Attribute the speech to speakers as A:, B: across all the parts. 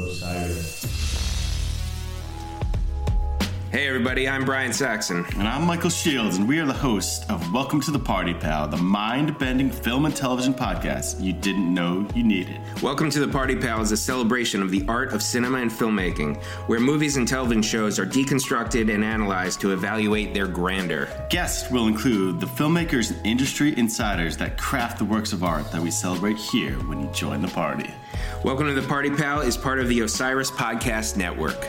A: Osiris.
B: Hey, everybody, I'm Brian Saxon.
C: And I'm Michael Shields, and we are the host of Welcome to the Party, Pal, the mind bending film and television podcast you didn't know you needed.
B: Welcome to The Party Pal is a celebration of the art of cinema and filmmaking, where movies and television shows are deconstructed and analyzed to evaluate their grandeur.
C: Guests will include the filmmakers and industry insiders that craft the works of art that we celebrate here when you join the party.
B: Welcome to The Party Pal is part of the Osiris Podcast Network.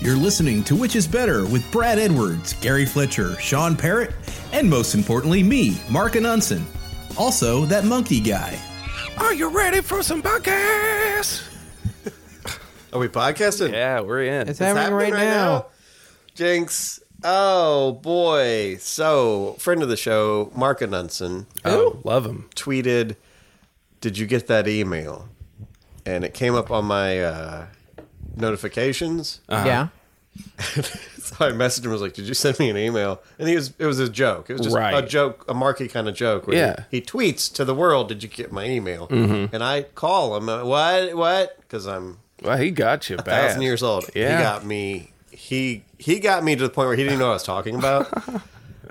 D: You're listening to Which is Better with Brad Edwards, Gary Fletcher, Sean Parrott, and most importantly, me, Mark Anunson. Also, that monkey guy.
E: Are you ready for some podcast?
F: Are we podcasting?
E: Yeah, we're in.
G: It's happening, right, now.
F: Jinx. Oh boy. So, friend of the show, Mark Anunson,
E: Oh, love him.
F: tweeted, "Did you get that email?" And it came up on my uh, notifications.
E: Uh-huh.
G: Yeah.
F: So I messaged him. I was like, "Did you send me an email?" And he was. It was a joke. It was just
E: Right.
F: a joke, a Marky kind of joke. where
E: Yeah. Mm-hmm.
F: He, he tweets to the world, "Did you get my email?" And I call him. uh, What? What? Because I'm
E: Well, he got you bad.
F: thousand years old.
E: Yeah.
F: He got me. He he got me to the point where he didn't know what I was talking about. and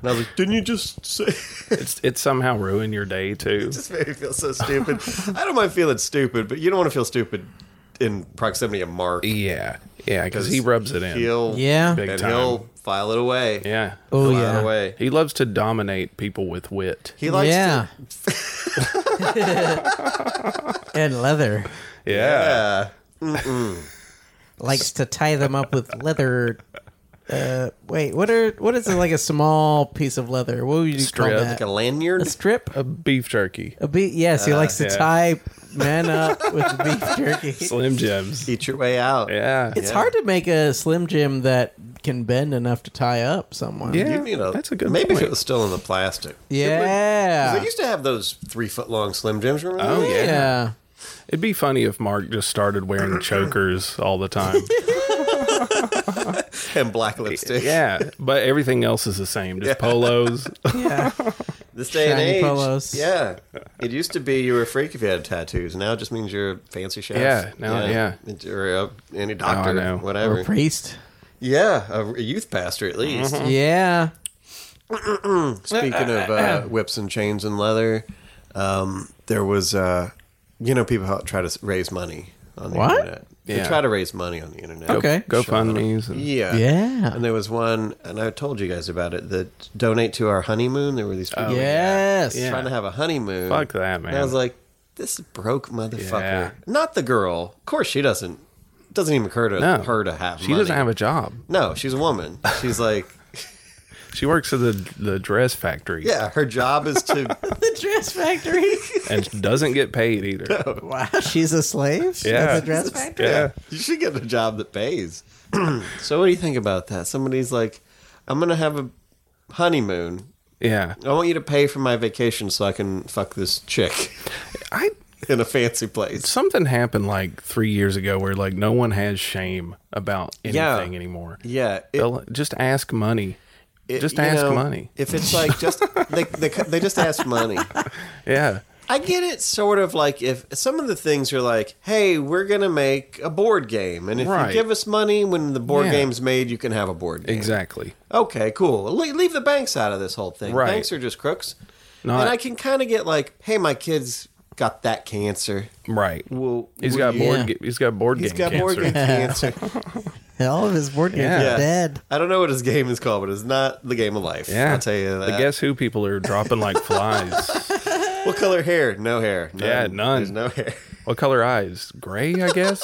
F: I was like, "Didn't you just say?" it
E: It's, it somehow ruined your day too.
F: just made me feel so stupid. I don't mind feeling stupid, but you don't want to feel stupid in proximity of Mark
E: Yeah, yeah, because he rubs it in.
F: He'll
G: Yeah.
E: Big
F: and
E: time.
F: he'll file it away.
E: yeah,
G: Oh,
F: file it
G: yeah.
F: away.
E: he loves to dominate people with wit.
F: He likes
G: yeah.
F: to.
G: and leather.
E: Yeah,
F: Yeah.
G: Likes to tie them up with leather. Uh, wait, what are what is it like a small piece of leather? What would you
E: Strip.
G: call
F: Like
G: that?
F: a
G: a
F: lanyard.
G: strip?
E: a beef jerky,
G: A beef? Yes, he likes to
E: Uh, yeah.
G: tie men up with beef jerky.
E: Slim Jims.
F: Eat your way out.
E: Yeah,
G: It's hard to make a slim jim that can bend enough to tie up someone.
E: Yeah.
F: You need a,
E: That's a good
F: Maybe if
E: point.
F: it was still in the plastic.
G: Yeah.
F: They used to have those three foot long Slim Jims. Remember?
E: Oh
F: that?
E: yeah.
G: yeah.
E: it'd be funny if Mark just started wearing chokers all the time.
F: And black lipstick.
E: yeah, but everything else is the same. Just polos.
G: Yeah.
F: This day and
G: Shiny
F: age,
G: polos.
F: yeah. It used to be you were a freak if you had tattoos. Now it just means you're a fancy chef.
E: Yeah, now-
F: It's- Or uh, any doctor,
E: know.
F: whatever.
G: Or priest.
F: yeah, a, a youth pastor at least.
E: Mm-hmm.
G: Yeah.
F: Speaking of uh, whips and chains and leather, um, there was, uh, you know, people how- try to s- raise money on the
G: What?
F: internet. They
E: Yeah.
F: try to raise money on the internet.
G: Okay.
E: GoFundMe's. Uh, And,
F: Yeah.
G: Yeah.
F: And there was one, and I told you guys about it, that donate to our honeymoon. There were these people
G: yes.
E: oh, Yeah.
F: trying to have a honeymoon.
E: Fuck that, man.
F: And I was like, this broke motherfucker.
E: Yeah.
F: Not the girl. Of course, she doesn't. Doesn't even occur to
E: No.
F: her to have.
E: She
F: money.
E: doesn't have a job.
F: No, she's a woman. She's like,
E: She works at the the dress factory.
F: yeah, her job is to.
G: The dress factory.
E: and doesn't get paid
F: Oh,
E: either.
G: Wow, she's a slave. She
E: Yeah.
G: has a dress factory.
E: Yeah.
F: you should get a job that pays. so what do you think about that? Somebody's like, I'm gonna have a honeymoon.
E: Yeah.
F: I want you to pay for my vacation so I can fuck this chick
E: I
F: in a fancy place.
E: something happened like 3 years ago where like no one has shame about
F: Yeah.
E: anything anymore.
F: Yeah, it-
E: They'll just ask money.
F: it-
E: just
F: you
E: ask
F: know,
E: money.
F: If it's like just they, they, they just ask money.
E: Yeah.
F: I get it sort of like if some of the things are like, hey, we're going to make a board game. And if
E: Right.
F: you give us money when the board
E: Yeah.
F: game's made, you can have a board game.
E: Exactly.
F: Okay, cool. Le- leave the banks out of this whole thing.
E: Right.
F: Banks are just crooks.
E: Not-
F: and I can kind of get like, hey, my kid's got that cancer.
E: Right.
F: Well,
E: he's
F: will
E: got
F: you-
E: board
G: Yeah.
E: ga- he's got board
F: He's
E: game
F: got
E: cancer.
F: board game cancer.
G: All of his board games
E: Yeah.
G: are dead.
F: I don't know what his game is called, but it's not the game of life.
E: Yeah.
F: I'll tell you that.
E: The guess who people are dropping like flies.
F: What color hair? No hair. None.
E: Yeah, none.
F: There's no hair.
E: what color eyes? Gray, I guess.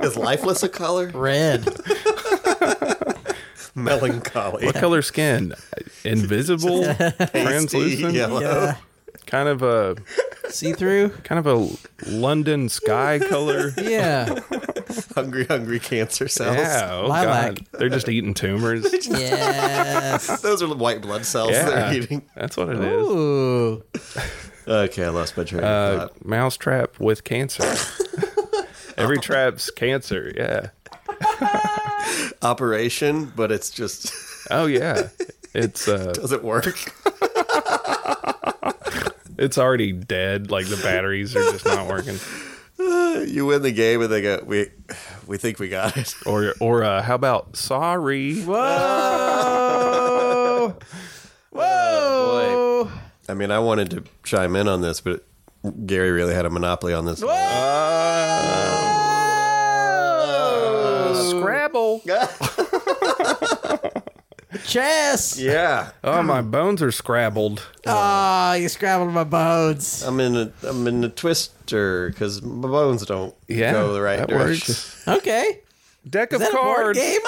F: is lifeless a color?
G: Red.
F: Melancholy.
E: What color skin? Invisible, translucent,
F: Yellow.
G: Yeah.
E: kind of a
G: See through.
E: kind of a London sky color.
G: Yeah.
F: Hungry, hungry cancer cells.
E: Yeah, oh
G: Lilac.
E: God. they're just eating tumors.
G: Yes.
F: Those are the white blood cells
E: yeah,
F: they're eating.
E: that's what it is.
G: Ooh.
F: Okay, I lost my train of
E: Uh,
F: thought.
E: mouse trap with cancer. Every trap's cancer. Yeah.
F: Operation, but it's just
E: Oh yeah. It's uh,
F: doesn't work.
E: It's already dead. Like the batteries are just not working.
F: You win the game, and they go, "We, we think we got it."
E: Or or uh, how about sorry?
G: Whoa! Whoa!
E: Oh.
F: I mean, I wanted to chime in on this, but Gary really had a monopoly on this. Uh,
E: Uh, Scrabble.
G: Chess!
F: Yeah,
E: Oh, my bones are scrabbled.
G: Ah, you scrambled my bones.
F: I'm in a I'm in a twister because my bones don't
E: Yeah,
F: go the right
E: that
F: direction.
E: works.
G: Okay.
E: Deck of
G: Is that a board
E: cards.
G: game?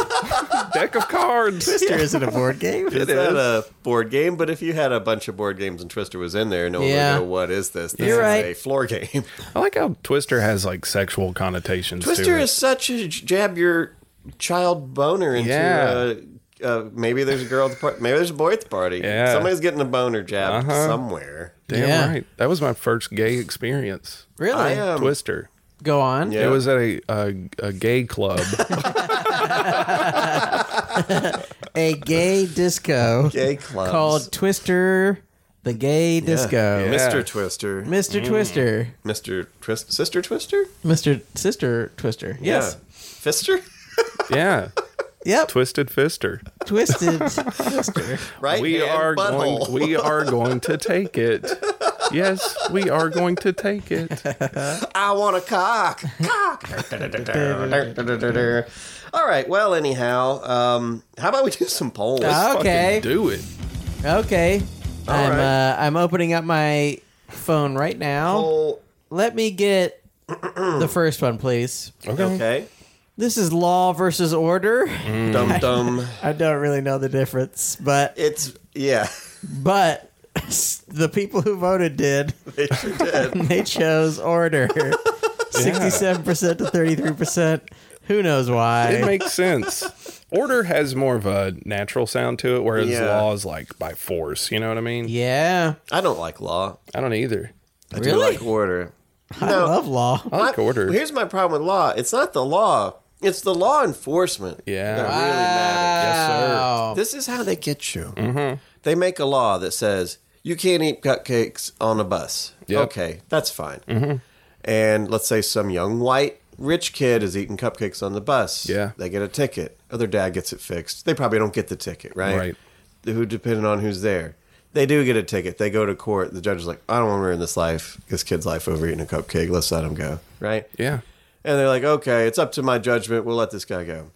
E: Deck of cards.
G: Twister isn't a board game.
F: It's not a board game, but if you had a bunch of board games and Twister was in there, no one
G: Yeah.
F: would go, "What is this?" This
G: You're
F: is
G: right.
F: a floor game.
E: I like how Twister has like sexual connotations.
F: Twister
E: to it.
F: is such a j- jab your child boner into. Uh,
E: Yeah.
F: uh, maybe there's a girl at the party. Maybe there's a boy at the party.
E: Yeah. Uh-huh.
F: Somebody's getting a boner jabbed somewhere.
E: damn
G: Yeah.
E: right. That was my first gay experience.
G: Really?
F: I am.
E: Twister.
G: Go on.
F: Yeah.
E: It was at a a, a gay club.
G: A gay disco
F: Gay clubs.
G: called Twister the Gay Disco.
E: Yeah.
F: Mr. Twister.
G: Mr. Twister.
F: Mr. Twist. Sister Twister?
G: Mr. Sister Twister. Yes.
F: Yeah. Fister?
E: yeah,
G: Yep.
E: Twisted Fister.
G: Twisted Twister.
F: Right?
E: we
F: hand
E: are
F: butthole.
E: going we are going to take it yes we are going to take it
F: I want a cock. Cock. All right. Well, anyhow, um, how about we do some polls?
E: Uh,
G: Okay.
E: do it
G: Okay. I'm
F: right.
G: uh, I'm opening up my phone right now.
F: Poll-
G: Let me get the first one, please.
F: Okay.
G: This is Law versus Order.
F: Dum dum.
G: I don't really know the difference, but
F: It's yeah.
G: but the people who voted did.
F: They sure did.
G: They chose Order. 67% to 33%. Who knows why?
E: it makes sense order has more of a natural sound to it whereas
F: Yeah.
E: law is like by force you know what i mean
G: yeah.
F: I don't like law.
E: i don't either
F: I do
G: Really?
F: like order.
G: I love law.
E: i like
F: My-
E: order
F: Here's my problem with law. It's not the law. It's the law enforcement.
E: Yeah.
F: That really matters.
E: yes sir
G: Oh.
F: This is how they get you.
E: Mm-hmm.
F: They make a law that says you can't eat cupcakes on a bus.
E: Yep. Mm-hmm.
F: Okay, that's fine. And let's say some young white rich kid is eating cupcakes on the bus.
E: Yeah.
F: They get a ticket. Other dad gets it fixed. They probably don't get the ticket, right?
E: Right.
F: Who depending on who's there. They do get a ticket. They go to court. The judge is like, I don't want to ruin this life, this kid's life over eating a cupcake. Let's let him go. Right?
E: yeah
F: And they're like, okay, it's up to my judgment. We'll let this guy go.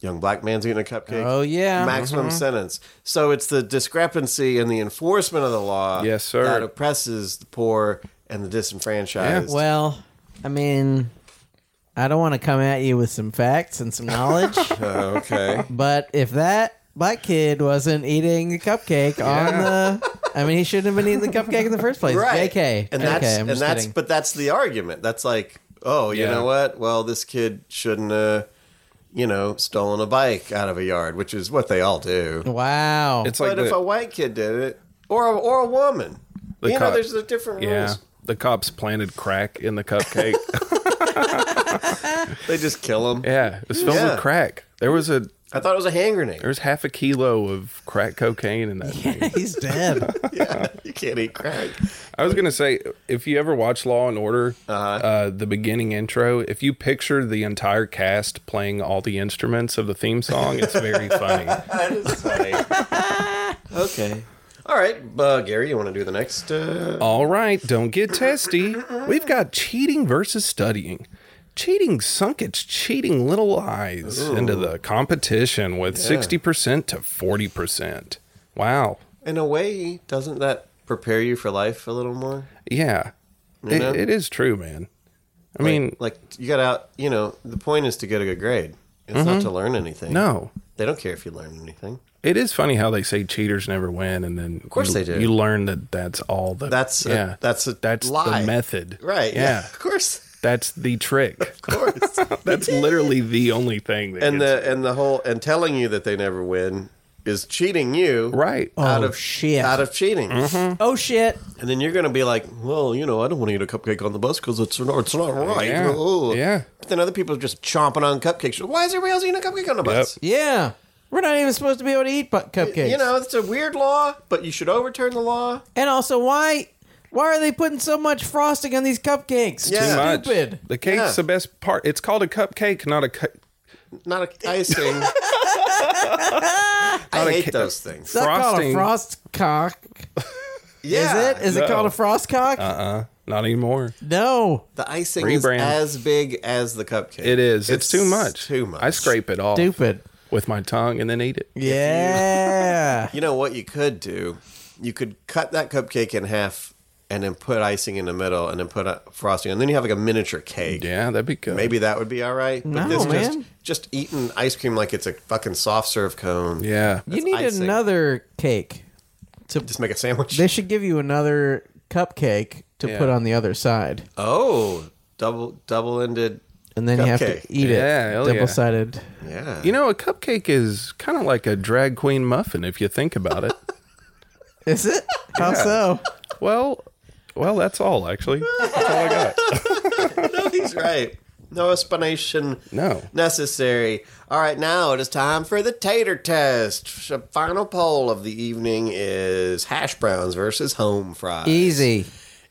F: Young black man's eating a cupcake.
G: Oh, yeah.
F: Maximum
E: Mm-hmm.
F: sentence. So it's the discrepancy in the enforcement of the law
E: Yes, sir.
F: that oppresses the poor and the disenfranchised.
G: Well, I mean, I don't want to come at you with some facts and some knowledge,
F: Uh, okay.
G: but if that black kid wasn't eating a cupcake on the. I mean, he shouldn't have been eating the cupcake in the first place.
F: right.
G: JK.
F: And
G: JK,
F: that's
G: I'm
F: and
G: just
F: that's
G: kidding.
F: but that's the argument. That's like, oh, you
E: Yeah.
F: know what? Well, this kid shouldn't uh, you know, stolen a bike out of a yard, which is what they all do.
G: Wow.
E: it's like
F: but if a
E: the,
F: white kid did it, or a, or a woman,
E: The
F: you know,
E: cop-
F: there's the different rules.
E: yeah the cops planted crack in the cupcake
F: They just kill them.
E: yeah it was filled
F: Yeah.
E: with crack there was a
F: I thought it was a hand grenade.
E: there was half a kilo of crack cocaine in that thing
G: He's dead.
F: yeah, you can't eat crack.
E: I was gonna say, if you ever watch Law and Order, uh
F: Uh-huh.
E: the beginning intro, if you picture the entire cast playing all the instruments of the theme song, it's very funny.
F: That is funny. okay. All right, uh, Gary, you want to do the next? Uh...
E: All right, don't get testy. We've got cheating versus studying. Cheating sunk its cheating little eyes into the competition with sixty percent to forty percent. Wow.
F: In a way, doesn't that prepare you for life a little more?
E: Yeah, It-
F: know?
E: it is true, man. I mean,
F: like you got out. You know, the point is to get a good grade. It's not to learn anything.
E: no.
F: they don't care if you learn anything.
E: It is funny how they say cheaters never win, and then of
F: course
E: you,
F: they do.
E: You learn that that's all the
F: That's a-
E: yeah
F: that's a
E: that's
F: lie.
E: the method,
F: Right?
E: Yeah,
F: Of course.
E: that's the trick.
F: Of course.
E: that's literally the only thing that
F: and
E: gets-
F: the and the whole and telling you that they never win is cheating you.
E: right.
F: Out
G: Oh,
F: of
G: shit.
F: Out of cheating.
G: oh, shit.
F: And then you're going to be like, well, you know, I don't want to eat a cupcake on the bus because it's not, it's not right.
E: Yeah.
F: Oh.
E: Yeah.
F: But then other people are just chomping on cupcakes. Why is everybody else eating a cupcake on the bus?
G: Yeah. We're not even supposed to be able to eat bu- cupcakes.
F: You know, it's a weird law, but you should overturn the law.
G: And also, why Why are they putting so much frosting on these cupcakes?
F: Yeah.
E: Too much.
G: Stupid.
E: The cake's
F: Yeah.
E: the best part. It's called a cupcake, not a cu-
F: Not a icing. I hate those things.
G: Is that called a
E: Frosting.
G: frost cock?
F: Yeah,
G: Is it? Is it called a frost cock?
E: Uh-uh. not anymore.
G: no.
F: The icing
E: Rebrand.
F: is as big as the cupcake.
E: It is. It's, too much.
F: Too much.
E: I scrape it off
G: Stupid.
E: with my tongue and then eat it.
G: Yeah.
F: You know what you could do? You could cut that cupcake in half and then put icing in the middle and then put a frosting and then you have like a miniature cake.
E: Yeah, that'd be good.
F: Maybe that would be all right. But
G: No,
F: this
G: man.
F: just just eating ice cream like it's a fucking soft serve cone.
E: Yeah.
G: you need
F: icing.
G: another cake. To
F: Just make a sandwich.
G: they should give you another cupcake to
E: Yeah.
G: put on the other side,
F: oh, double double ended.
G: and then you have
F: Cupcake.
G: to eat
E: Yeah,
G: it
E: hell yeah.
G: double sided.
F: Yeah.
E: You know, a cupcake is kind of like a drag queen muffin if you think about it.
G: Is it? How so?
E: well, well, that's all actually. That's all I got.
F: He's right. No explanation.
E: No.
F: Necessary. All right, now it is time for the tater test. The final poll of the evening is hash browns versus home fries.
G: Easy.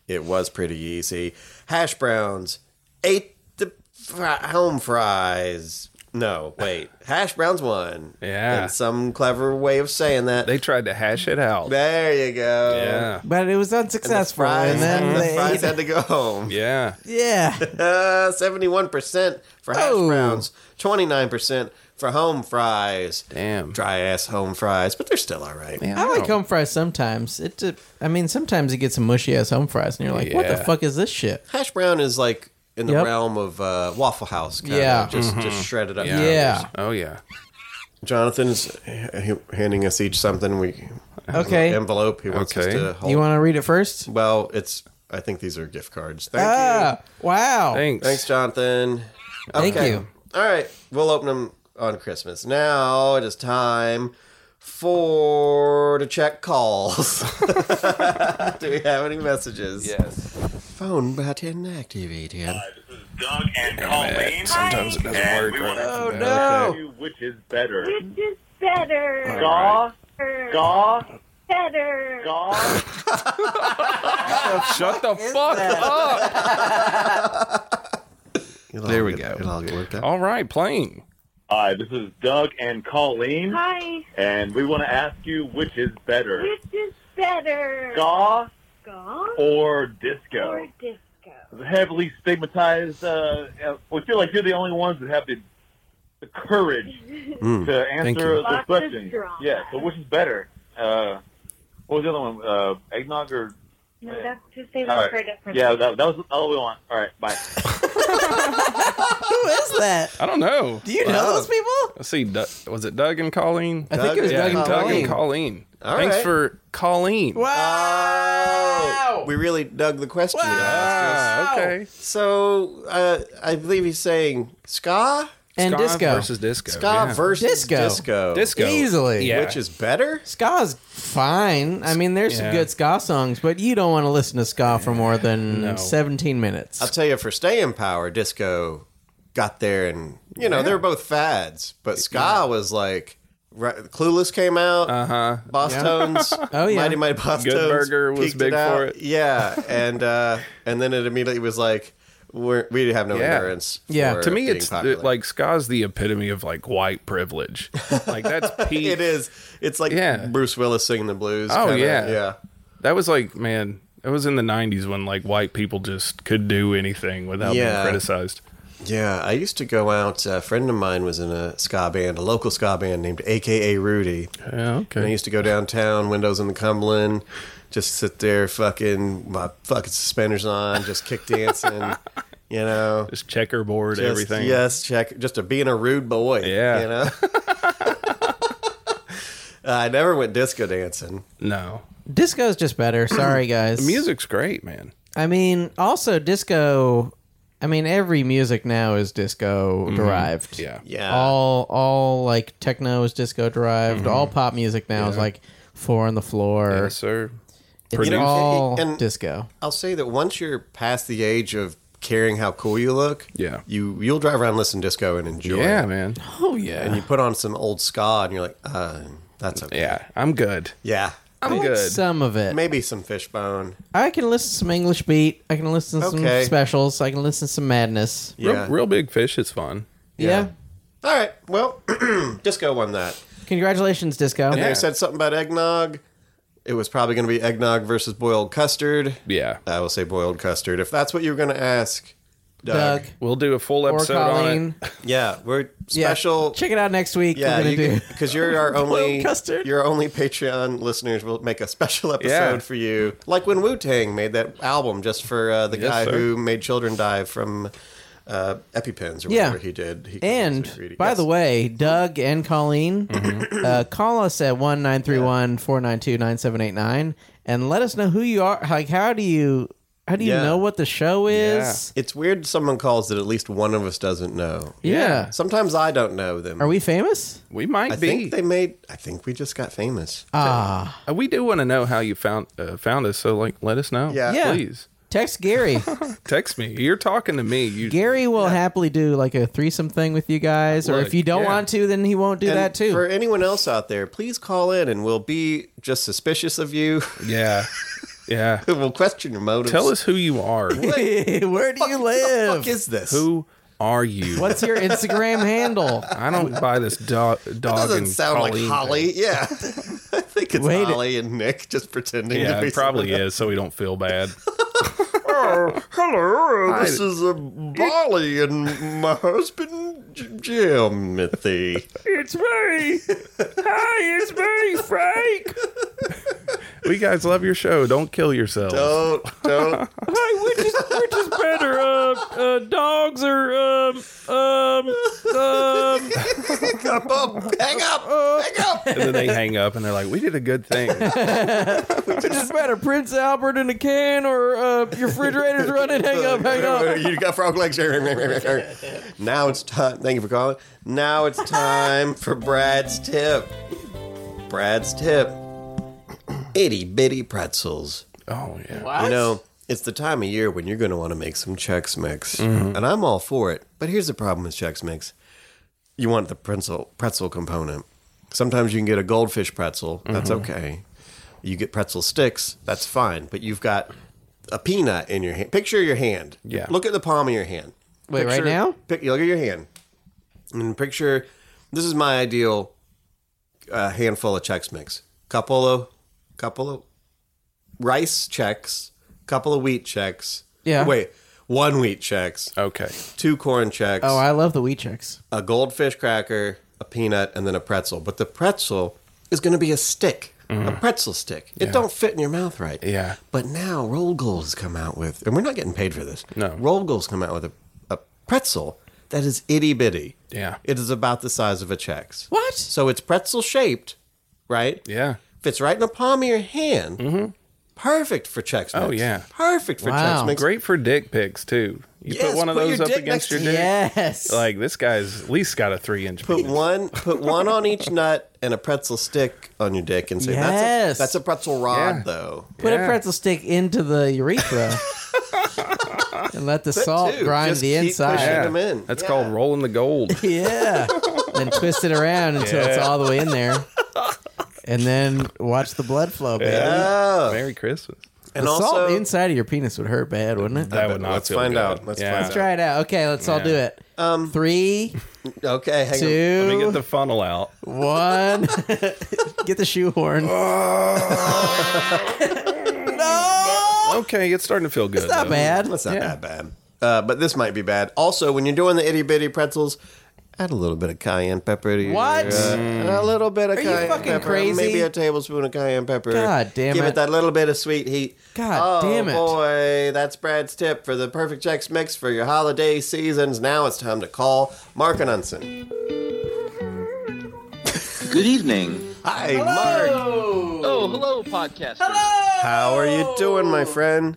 F: It was pretty easy. Hash browns ate the fri- home fries. No, wait. Hash browns won.
E: Yeah.
F: In some clever way of saying that.
E: They tried to hash it out.
F: there you go.
E: yeah.
G: But it was
F: The
G: unsuccessful.
F: fries,
G: and then
F: the
G: they
F: fries
G: ate it.
F: had to go home.
E: Yeah.
G: Yeah.
F: Uh, 71% for hash
G: Oh.
F: browns, 29% for home fries.
E: Damn.
F: Dry ass home fries, but they're still all right.
E: Man,
G: I like
E: don't-
G: home fries sometimes. It, de- I mean, sometimes it gets some mushy ass home fries, and you're like, "What the
E: Yeah.
G: fuck is this shit?"
F: Hash brown is like in the
G: Yep.
F: realm of uh, Waffle House. Kinda.
G: Yeah.
F: Just, just shredded up.
E: Mm-hmm. Yeah.
G: Yeah.
E: Oh yeah.
F: Jonathan's h- handing us each something. We
G: Okay.
F: envelope. He wants us
E: Okay.
F: to hold.
G: You want to read it first?
F: well, it's. I think these are gift cards. Thank you.
G: Ah, wow.
E: Thanks.
F: Thanks, Jonathan.
G: Thank you.
F: All right, we'll open them on Christmas. Now it is time for to check calls. Do we have any messages? Yes. Phone button activated.
A: This is Doug and Colleen.
E: Sometimes it doesn't
A: And
E: work.
A: we
E: right
A: wanna-
E: off the bat.
A: Tell you Which is better?
H: It's just better.
A: Gaw, gaw,
H: Better.
A: gaw.
E: Shut the fuck up.
F: It'll
E: There
F: all
E: we
F: get-
E: go.
F: It'll all get worked out.
E: All right, playing.
A: Hi, this is Doug and Colleen,
H: Hi.
A: and we want to ask you which is better,
H: It's just better.
A: gaw
H: Gaw
A: or
H: or
A: disco?
H: disco.
A: Heavily stigmatized. Uh, uh, we feel like you're the only ones that have the, the courage to
E: Hmm, Thank
A: answer
E: you.
A: this
H: Lots of
A: question.
H: drama.
A: Yeah. So which is better? Uh, what was the other one? Uh, eggnog or?
H: No, that's just say
A: All
H: that for a
A: right.
H: different
A: Yeah, that, that was all we want. All right, bye.
G: Who is that?
E: I don't know.
G: Do you know those people?
E: Let's see. Du- was it Doug and Colleen?
G: I think it was
F: Yeah,
G: Doug and
E: Doug
G: Colleen.
E: and Colleen.
F: All
E: Thanks
F: right.
E: for Colleen.
F: Oh, we really dug the question. you asked us.
E: Ah, okay.
F: So uh, I believe he's saying ska,
G: And
E: Ska
G: disco.
E: versus disco.
F: ska
E: yeah.
F: versus
G: Disco.
F: disco,
E: disco.
G: Easily.
E: Yeah.
F: which is better.
G: Ska's fine. I mean, there's
E: Yeah.
G: some good ska songs, but you don't want to listen to ska for more than
E: No.
G: 17 minutes.
F: I'll tell you, for staying power, disco got there, and you know they were both fads, but ska was like. Right, Clueless came out. Uh huh.
E: Uh-huh.
F: Boston's.
G: Oh, yeah.
F: Mighty Mighty Boston's.
E: Burger was
F: peaked
E: big
F: out.
E: for it.
F: Yeah, and uh, and then it immediately was like we're, we have no
E: Yeah.
F: endurance.
G: Yeah.
F: for
E: to me,
F: being
E: it's
F: popular.
E: it, like Ska's the epitome of like white privilege. Like that's peak.
F: it is. It's like
E: Yeah.
F: Bruce Willis singing the blues.
E: Oh,
F: kinda.
E: yeah.
F: yeah.
E: That was like man. It was in the '90s when like white people just could do anything without
F: Yeah.
E: being criticized.
F: Yeah, I used to go out. A friend of mine was in a ska band, a local ska band named AKA Rudy.
E: Yeah,
F: And I
E: okay.
F: used to go downtown, windows in the Cumberland, just sit there, fucking my fucking suspenders on, just kick dancing, you know,
E: Just checkerboard
F: Just-
E: everything.
F: Yes, check, just a, being a rude boy.
E: Yeah.
F: you know. Uh, I never went disco dancing.
E: No.
G: Disco's just better. Sorry, guys.
E: Music's great, man.
G: I mean, also disco. I mean, every music now is disco derived.
E: Mm-hmm. Yeah.
F: Yeah.
G: All all like techno is disco derived. All pop music now is like four on the floor.
E: Mm-hmm. Yes, sir.
G: It's
E: You know,
G: all
F: and-
G: disco.
F: I'll say that once you're past the age of caring how cool you look,
E: Yeah.
F: you you'll drive around, and listen to disco, and enjoy.
E: Yeah,
F: it.
E: man.
G: Oh yeah.
F: You put on some old ska, and you're like, uh, that's okay.
E: Yeah, I'm good.
F: Yeah.
E: I'm
G: like
E: good.
G: some of it.
F: Maybe some fishbone.
G: I can listen to some English beat. I can listen to
F: Okay.
G: some specials. I can listen to some madness.
E: Real,
F: Yeah.
E: real big fish is fun.
G: Yeah.
F: All right. Well, Disco won that.
G: Congratulations, Disco.
F: And
E: Yeah.
F: they said something about eggnog. It was probably going to be eggnog versus boiled custard.
E: Yeah.
F: I will say boiled custard. If that's what you were going to ask, Doug.
G: Doug
E: We'll do a full
G: or
E: episode on
G: Colleen.
E: it.
F: Yeah, we're
G: Yeah.
F: special.
G: Check it out next week.
F: Yeah,
G: We're gonna do.
F: because you, are our only
G: custard.
F: your only Patreon listeners. will make a special episode
E: Yeah.
F: for you, like when Wu Tang made that album just for uh, the
E: Yes,
F: guy
E: sir.
F: who made children die from uh, epipens or
G: Yeah.
F: whatever he did. He- he was
G: And
F: reading-
G: by
F: Yes.
G: the way, Doug and Colleen, uh, call us at one nine three one four nine two nine seven eight nine and let us know who you are. Like, how do you how do you
F: Yeah.
G: know what the show is?
F: it's weird someone calls that at least one of us doesn't know.
G: Yeah.
F: Sometimes I don't know them.
G: Are we famous?
E: We might
F: I
E: be.
F: think they made. I think we just got famous.
G: Ah,
E: Uh, we do want to know how you found uh, found us. So like, let us know.
F: Yeah.
G: Yeah.
E: Please
G: text Gary.
E: text me. You're talking to me. You
G: Gary will happily do like a threesome thing with you guys, or
E: Look,
G: if you don't
E: yeah.
G: want to, then he won't do
F: And
G: that too.
F: For anyone else out there, please call in, and we'll be just suspicious of you.
E: Yeah. Yeah.
F: we'll question your motives.
E: Tell us who you are.
G: Where do
F: What
G: you
F: the
G: live?
F: fuck is this?
E: who are you?
G: What's your Instagram handle?
E: I don't buy this dog. Dog
F: doesn't
E: and
F: sound
E: Colleen
F: like
E: thing.
F: Holly. Yeah, I think it's
G: Wait.
F: Holly and Nick just pretending.
E: Yeah,
F: to be
E: it probably is. So we don't feel bad.
F: Oh, Hello,
E: Hi.
F: this is a Molly and my husband J- Jimothy.
E: It's me. Hi, it's me, Frank. we guys love your show. Don't kill yourselves.
F: Don't don't.
E: Hey, which is which is better? Uh, uh, dogs or um um um.
F: Hang up! Hang up! Hang up!
E: And then they hang up and they're like, "We did a good thing."
G: Which is better, Prince Albert in a can or uh, your refrigerator's running? Hang up, hang up.
F: you got frog legs. now it's time. Thank you for calling. Now it's time for Brad's tip. Brad's tip. Itty bitty pretzels.
E: Oh yeah.
F: You know, it's the time of year when you're going to want to make some Chex Mix,
G: Mm-hmm.
F: and I'm all for it. But here's the problem with Chex Mix: you want the pretzel pretzel component. Sometimes you can get a goldfish pretzel. That's
G: Mm-hmm.
F: okay. You get pretzel sticks. That's fine. But you've got a peanut in your hand. Picture your hand.
E: Yeah.
F: Look at the palm of your hand.
G: Wait, right
F: Picture-
G: now?
F: Pic, look at your hand, and picture. This is my ideal uh, handful of Chex Mix. Couple of, couple of rice checks, couple of wheat checks.
G: Yeah.
F: Wait, one wheat checks,
E: Okay.
F: two corn checks,
G: Oh, I love the wheat checks.
F: a goldfish cracker, a peanut, and then a pretzel. But the pretzel is going to be a stick, a
G: Mm-hmm.
F: pretzel stick. It don't fit in your mouth right.
E: Yeah.
F: But now Roll Goals come out with, and we're not getting paid for this.
E: No.
F: Roll Goals come out with a, a pretzel that is itty bitty.
E: Yeah.
F: It is about the size of a Chex.
G: What?
F: So it's pretzel shaped, right?
E: Yeah.
F: Fits right in the palm of your hand. Perfect for Chex Mix.
E: Mm-hmm. Oh, yeah.
F: Perfect for
G: Wow.
F: Chex Mix.
E: Great for dick pics too. You
F: Yes,
E: put one of
F: put your
E: those up
F: dick next
E: against your
F: to-
E: dick.
G: Yes.
E: Like this guy's at least got a three inch.
F: Put one, put one on each nut and a pretzel stick on your dick, and say
G: Yes.
F: that's a, that's a pretzel rod,
E: Yeah.
F: though.
G: Put
E: Yeah.
G: a pretzel stick into the urethra and let the salt
F: Dude,
G: grind
F: just
G: the
F: keep pushing
G: inside.
F: them in.
E: That's
F: Yeah.
E: called rolling the gold.
G: Yeah. then twist it around until it's
E: Yeah.
G: all the way in there. And then watch the blood flow, baby.
F: Oh.
E: Merry Christmas.
F: And
G: the salt
F: also,
G: inside of your penis would hurt bad, wouldn't it?
E: That would not.
F: let's
E: feel
F: find
E: good.
F: out. Let's
E: yeah.
F: find out.
G: Try it out. Okay, let's all do it. Um, Three,
F: okay, hang on.
E: Let me
G: two,
E: get the Oh, funnel out.
G: one. get the shoehorn.
E: Okay, it's starting to feel good.
G: Not
E: though.
G: bad.
F: That's not
E: Yeah.
F: that bad. Uh, but this might be bad. Also, when you're doing the itty bitty pretzels, add a little bit of cayenne pepper to your
G: What?
F: uh, a little bit of
G: you
F: cayenne
G: fucking
F: pepper,
G: crazy?
F: maybe a tablespoon of cayenne pepper.
G: God damn
F: Give it.
G: it.
F: that little bit of sweet heat.
G: God
F: oh,
G: damn it.
F: boy, that's Brad's tip for the perfect Chex mix for your holiday seasons. Now it's time to call Mark Anunson.
I: Good evening.
F: Hi, Mark.
I: Oh, hello, podcasters.
F: How are you doing, my friend?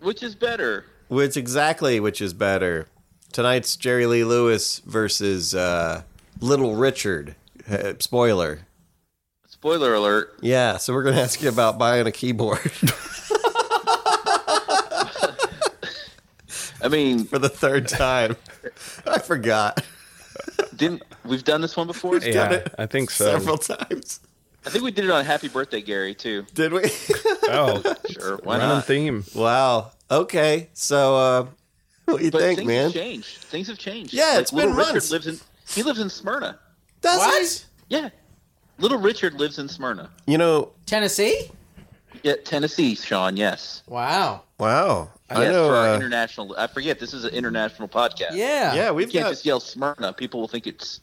I: Which is better?
F: Which exactly which is better? Tonight's Jerry Lee Lewis versus uh, Little Richard. Uh, spoiler.
I: Spoiler alert.
F: Yeah, so we're going to ask you about buying a keyboard
I: I mean,
F: for the third time. I forgot
I: didn't we've done this one before?
E: Yeah, I think so.
F: several times.
I: I think we did it on Happy Birthday, Gary, too.
F: Did we?
E: Oh,
I: Sure, why
E: random
I: not?
E: theme.
F: wow. Okay. So, uh, what do you
I: But
F: think,
I: things
F: man?
I: have changed. Things have changed.
F: Yeah,
I: like,
F: it's been
I: Little
F: months.
I: Richard lives in. He lives in Smyrna.
F: Does
G: What?
F: it?
I: Yeah, Little Richard lives in Smyrna.
F: You know,
G: Tennessee?
I: Yeah, Tennessee, Sean. Yes.
G: Wow.
F: wow. I
I: yes,
F: know.
I: for our
F: Uh,
I: international. I forget this is an international podcast.
G: Yeah.
F: yeah,
I: we
F: we've
I: can't
F: got
I: just yell Smyrna. People will think it's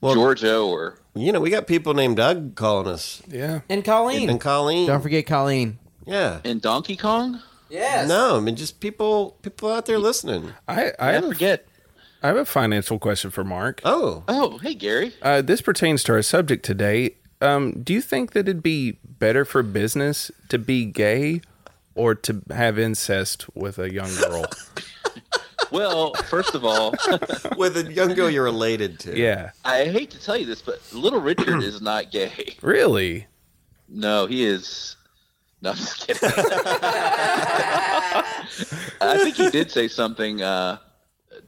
F: Well-
I: Georgia or
F: you know we got people named Doug calling us
E: Yeah.
G: And Colleen.
F: and Colleen.
G: Don't forget Colleen.
F: yeah.
I: in Donkey Kong.
G: Yes.
F: No, I mean just people people out there listening.
E: I I
I: I,
E: have, a,
I: forget.
E: I have a financial question for Mark.
F: Oh,
I: Oh, hey Gary.
E: Uh, this pertains to our subject today. Um, do you think that it'd be better for business to be gay or to have incest with a young girl?
I: Well, first of all,
F: with a young girl you're related to.
E: yeah.
I: I hate to tell you this, but Little Richard is not gay.
E: Really?
I: No, he is. No, I'm just kidding. I think he did say something uh,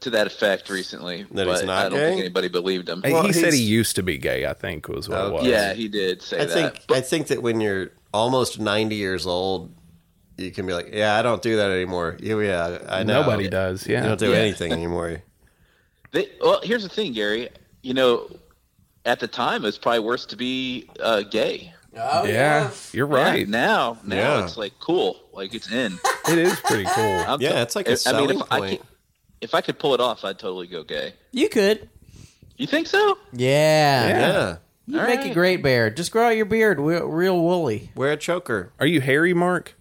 I: to that effect recently.
F: That
I: but
F: he's not
I: I don't
F: gay?
I: think anybody believed him.
E: Hey,
F: Well,
E: he said
F: he's- Oh,
E: he used to be gay, I think was what it was.
I: yeah, he did say
F: I
I: that.
F: think I think that when you're almost 90 years old, you can be like, yeah, I don't do that anymore. Yeah, yeah, I know.
E: Nobody does.
F: You
E: Yeah.
F: don't do
I: Yeah.
F: anything anymore.
I: They, well, here's the thing, Gary. You know, at the time, it's probably worse to be uh, gay.
G: Oh,
E: yeah. You're right.
I: Yeah, now, now
F: Yeah.
I: it's like cool. Like it's in.
E: It is pretty cool.
I: I'm
F: Yeah,
I: t-
F: it's like a
I: I- I mean,
F: selling
I: if I
F: point.
I: could, if I could pull it off, I'd totally go gay.
G: You could.
I: You think so?
G: Yeah.
E: Yeah.
F: Yeah,
G: You
I: All
G: make a
I: right.
G: great bear. Just grow out your beard wi- real woolly.
F: wear a choker.
E: Are you hairy, Mark?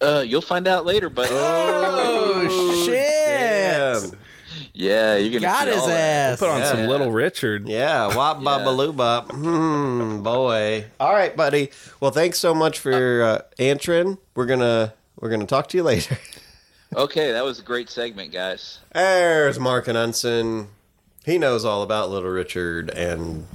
I: Uh, you'll find out later, but
G: Oh, shit.
F: Damn.
I: yeah, you're gonna
G: Got
I: see
G: his
I: all that.
G: ass.
E: Put on
F: Yeah.
E: some Little Richard.
F: Yeah, wop bop
I: Yeah.
F: baloo bop. Hmm, boy. All right, buddy. Well, thanks so much for uh, answering. We're gonna we're gonna talk to you later.
I: Okay, that was a great segment, guys.
F: There's Mark and Unson. He knows all about Little Richard and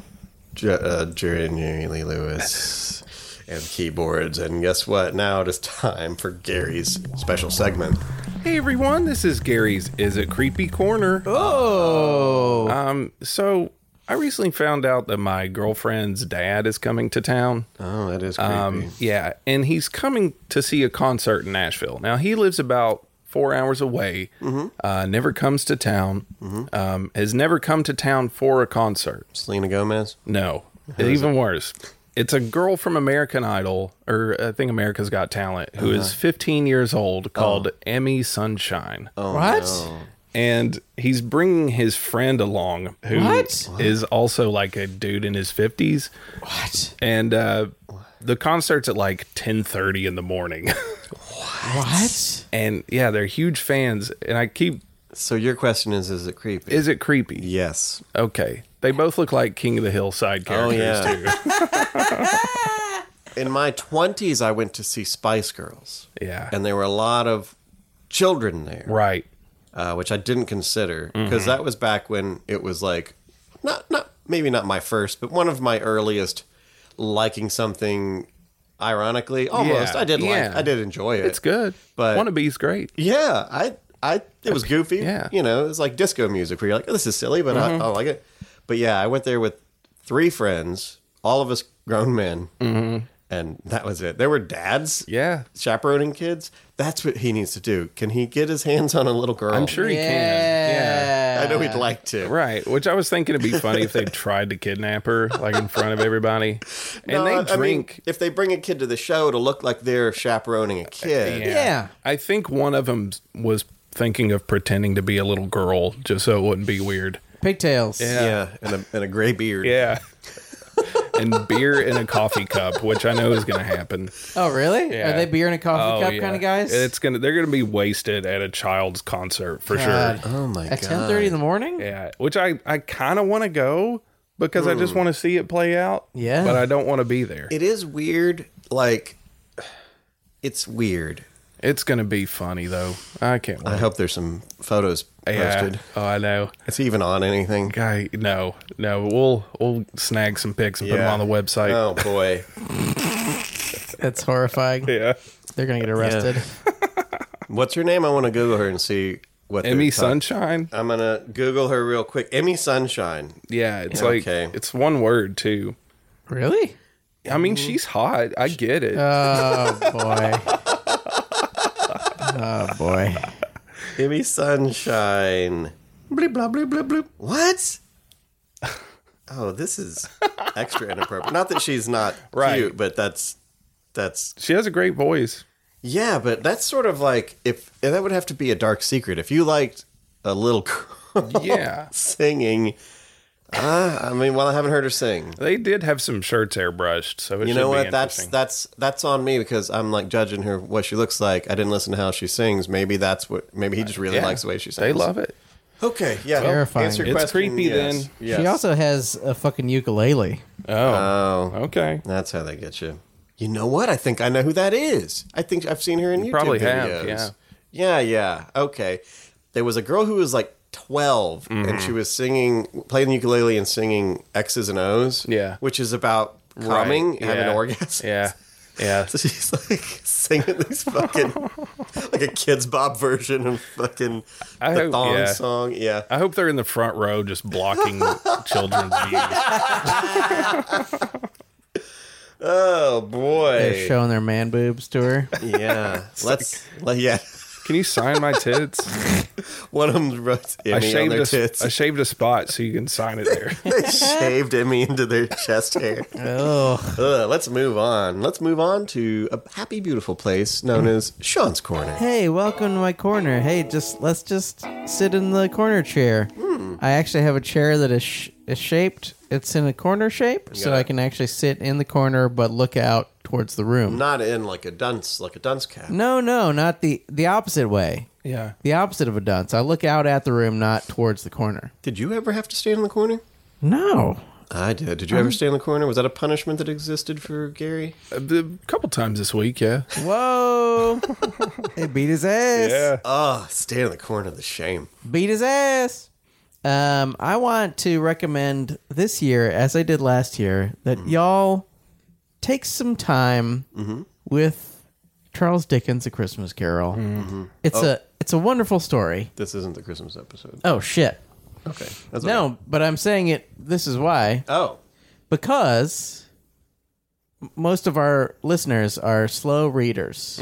F: J- uh, Jerry and Jerry Lee Lewis and keyboards. And guess what? Now it is time for Gary's special segment.
E: Hey everyone, this is Gary's Is It Creepy Corner.
G: Oh.
E: Um, so I recently found out that my girlfriend's dad is coming to town.
F: Oh, that is creepy.
E: Um, yeah, and he's coming to see a concert in Nashville. Now he lives about four hours away. Uh, never comes to town. Um, has never come to town for a concert.
F: Selena Gomez.
E: No, even worse. It's a girl from American Idol, or I think America's Got Talent, who is 15 years old, called Emmy Sunshine,
I: Oh,
G: what?
E: and he's bringing his friend along, who is
G: What?
E: also like a dude in his 50s,
G: What?
E: and uh, the concert's at like 10:30 in the morning.
G: What?
E: and yeah, they're huge fans. And I keep,
F: So your question is, is it creepy?
E: is it creepy?
F: yes.
E: Okay, they both look like King of the Hill side
F: Oh,
E: characters
F: yeah. In my 20s, I went to see Spice Girls.
E: too. Yeah,
F: And there were a lot of children there.
E: right.
F: uh, which I didn't consider
E: Mm-hmm.
F: because that was back when it was like not not maybe not my first, but one of my earliest liking something. Ironically, almost
E: Yeah,
F: I did
E: yeah.
F: like I did enjoy it.
E: It's good,
F: But-
E: Wannabe's great.
F: Yeah, I I it was goofy.
E: Yeah. Mm-hmm.
F: you know, it was like disco music where you're like, oh, this is silly, but I, I like it. But yeah, I went there with three friends, all of us grown men,
E: Mm-hmm.
F: and that was it. There were dads.
E: Yeah,
F: Chaperoning kids, that's what he needs to do. Can he get his hands on a little girl?
E: I'm sure he can.
G: Yeah.
F: I know he'd like to.
E: Yeah. Right, which I was thinking it'd be funny if they tried to kidnap her, like in front of everybody, and
F: No, I-
E: they
F: I mean,
E: drink.
F: if they bring a kid to the show to look like they're chaperoning a kid,
G: Yeah.
E: I think one of them was thinking of pretending to be a little girl just so it wouldn't be weird.
G: Pigtails.
E: Yeah.
F: yeah, and, a, and a gray beard,
E: Yeah. and beer in a coffee cup, which I know is going to happen.
G: Oh, really?
E: Yeah.
G: Are they beer in a coffee
E: Oh,
G: cup
E: yeah.
G: kind of guys?
E: It's gonna. They're gonna be wasted at a child's concert for
G: God.
E: sure.
F: Oh my
G: At ten
F: god!
G: thirty in the morning?
E: Yeah, which I I kind of want to go because I just want to see it play out.
G: Yeah.
E: but I don't want to be there.
F: It is weird. Like, it's weird.
E: It's gonna be funny though. I can't
F: I
E: wait.
F: hope there's some photos
E: Yeah.
F: posted.
E: Oh, I know.
F: It's even on anything.
E: Guy, no, no. We'll we'll snag some pics and put
F: Yeah.
E: them on the website.
F: Oh boy!
G: That's horrifying.
E: Yeah.
G: They're gonna get arrested.
F: What's her name? I want to Google her and see what they're
E: Emmy
F: talk-
E: Sunshine.
F: I'm gonna Google her real quick. Emmy Sunshine.
E: Yeah, it's
F: Yeah,
E: like
F: okay.
E: it's one word too.
G: Really?
E: I mean, she's hot. I get it.
G: Oh boy. Oh boy.
F: Give me sunshine. Bleep, blah, bleep, bleep, bleep. What? Oh, this is extra inappropriate. Not that she's not
E: Right.
F: cute, but that's that's
E: she has a great voice.
F: yeah. But that's sort of like if and that would have to be a dark secret. If you liked a little girl
E: Yeah.
F: singing, uh, I mean, well, I haven't heard her sing.
E: They did have some shirts airbrushed, so it
F: You
E: should
F: know
E: be
F: what? That's
E: interesting.
F: that's that's on me because I'm like judging her what she looks like. I didn't listen to how she sings. Maybe that's what. Maybe he just really
E: Yeah.
F: likes the way she sings.
E: They love it.
F: Okay, yeah.
G: Terrifying.
F: Answer
E: It's
F: question,
E: creepy
F: yes.
E: then.
F: Yes.
G: She also has a fucking ukulele.
E: Oh,
F: Oh,
E: okay.
F: that's how they get you. You know what? I think I know who that is. I think I've seen her in YouTube
E: probably have,
F: videos. yeah,
E: yeah.
F: yeah. Okay. There was a girl who was like 12 and
E: Mm-hmm.
F: she was singing, playing the ukulele and singing X's and O's.
E: Yeah.
F: Which is about coming,
E: Right,
F: having
E: yeah,
F: an orgasm.
E: Yeah. Yeah.
F: So she's like singing these fucking, like a kids' Bob version of fucking
E: I
F: the
E: hope-
F: thong
E: yeah.
F: song. Yeah.
E: I hope they're in the front row just blocking children's views.
F: Oh,
G: They're
F: boy.
G: showing their man boobs to her.
F: Yeah. Let's, let, yeah.
E: Can you sign my tits?
F: One of them wrote
E: I
F: Emmy on
E: shaved
F: their
E: a,
F: tits.
E: I shaved a spot so you can sign it there.
F: they shaved Emmy into their chest hair.
G: Oh,
F: Ugh, let's move on. Let's move on to a happy, beautiful place known
G: Mm.
F: as Sean's Corner.
G: hey, welcome to my corner. Hey, just let's just sit in the corner chair. I actually have a chair that is, sh- is shaped. It's in a corner shape, so I can actually sit in the corner but look out towards the room.
F: Not in like a dunce, like a dunce cap.
G: No, no, not the the opposite way.
E: Yeah.
G: The opposite of a dunce. I look out at the room, not towards the corner.
F: Did you ever have to stand in the corner?
G: No.
F: I did. Did you
G: Uh-huh.
F: ever stand in the corner? Was that a punishment that existed for Gary?
E: A, b- couple times this week, yeah.
G: Whoa! he beat his ass.
F: Ah, stand in the corner, the shame.
G: Beat his ass. Um, I want to recommend this year, as I did last year, that y'all take some time with Charles Dickens' A Christmas Carol. It's a it's a wonderful story.
F: This isn't the Christmas episode.
G: Oh shit!
F: Okay. That's all right.
G: No, but I'm saying it. This is why
F: Oh.
G: because m- most of our listeners are slow readers.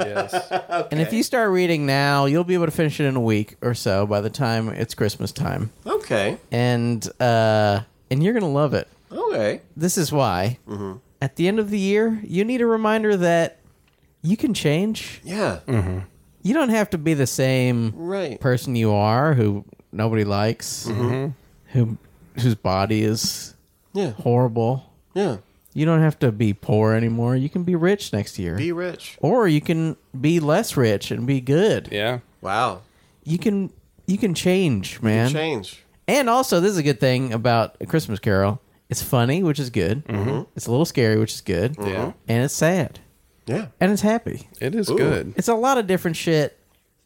E: Yes.
G: And if you start reading now, you'll be able to finish it in a week or so by the time it's Christmas time.
F: Okay.
G: And uh and you're going to love it.
F: Okay.
G: This is why. At the end of the year, you need a reminder that you can change.
F: Yeah.
G: Mm. You don't have to be the same
F: Right.
G: person you are who nobody likes, who whose body is
F: Yeah.
G: horrible.
F: Yeah.
G: You don't have to be poor anymore. You can be rich next year.
F: Be rich.
G: or you can be less rich and be good.
E: Yeah.
F: Wow.
G: you can you can change, man.
F: Change.
G: And also, this is a good thing about a Christmas Carol. It's funny, which is good. Mm-hmm. It's a little scary, which is good.
F: Mm-hmm.
E: Yeah.
G: And it's sad,
F: Yeah.
G: and it's happy.
E: It is good.
G: It's a lot of different shit.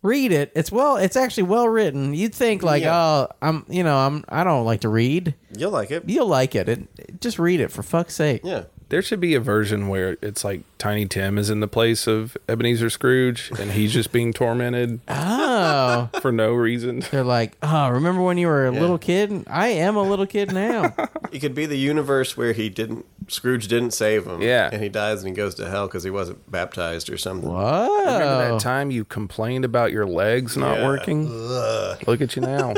G: Read it. It's well. It's actually well written. You'd think like,
F: Yeah.
G: oh, I'm, you know, I'm, I don't like to read.
F: You'll like it.
G: You'll like it. it. Just read it for fuck's sake.
F: Yeah.
E: There should be a version where it's like Tiny Tim is in the place of Ebenezer Scrooge and he's just being tormented
G: Oh,
E: for no reason.
G: they're like, oh, remember when you were a little kid? I am a little kid now.
F: It could be the universe where he didn't Scrooge didn't save him.
E: Yeah.
F: and he dies and he goes to hell because he wasn't baptized or something.
G: Oh,
E: Remember
F: Oh.
G: Whoa.
E: that time you complained about your legs not
F: Yeah.
E: working? Look at you now.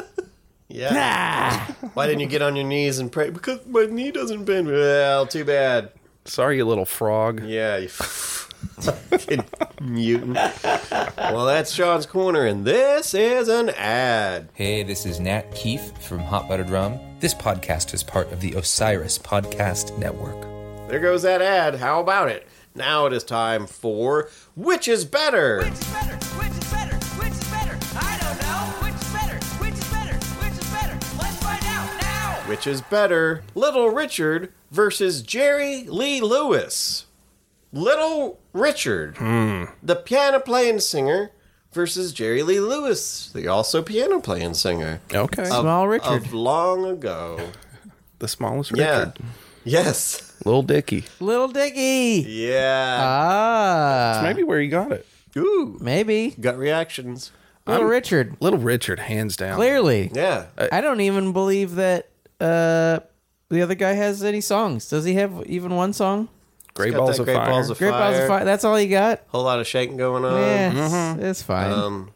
F: Yeah. Why didn't you get on your knees and pray? Because my knee doesn't bend. Well, too bad.
E: Sorry, you little frog.
F: Yeah, you fucking mutant. Well, that's Sean's corner, and this is an ad.
J: Hey, this is Nat Keefe from Hot Buttered Rum. This podcast is part of the Osiris Podcast Network.
F: There goes that ad. How about it? Now it is time for which is better.
K: Which is better? Which is better? Which is better? I don't know. Which is better? Which is better? Which is better? Let's find out now.
F: Which is better, Little Richard versus Jerry Lee Lewis? Little Richard,
G: Hmm.
F: the piano playing singer, versus Jerry Lee Lewis, the also piano playing singer
E: Okay.
F: Uh,
G: Small Richard,
F: of long ago.
E: the smallest
F: Yeah.
E: Richard.
G: Uh,
F: Yes.
E: Little Dicky.
G: little Dicky.
F: Yeah. Uh,
G: Ah,
E: Maybe where you got it.
F: Ooh.
G: maybe
F: Gut reactions.
G: little Richard.
E: Little Richard, hands down.
G: Clearly,
F: Yeah.
G: I don't even believe that uh, the other guy has any songs? Does he have even one song?
F: Great He's got Balls that of Great Fire. Balls of
G: Great Balls of
F: Fire.
G: Fire. That's all you got.
F: Whole lot of shaking going on.
G: Yeah, it's- Mhm. it's fine.
F: Um,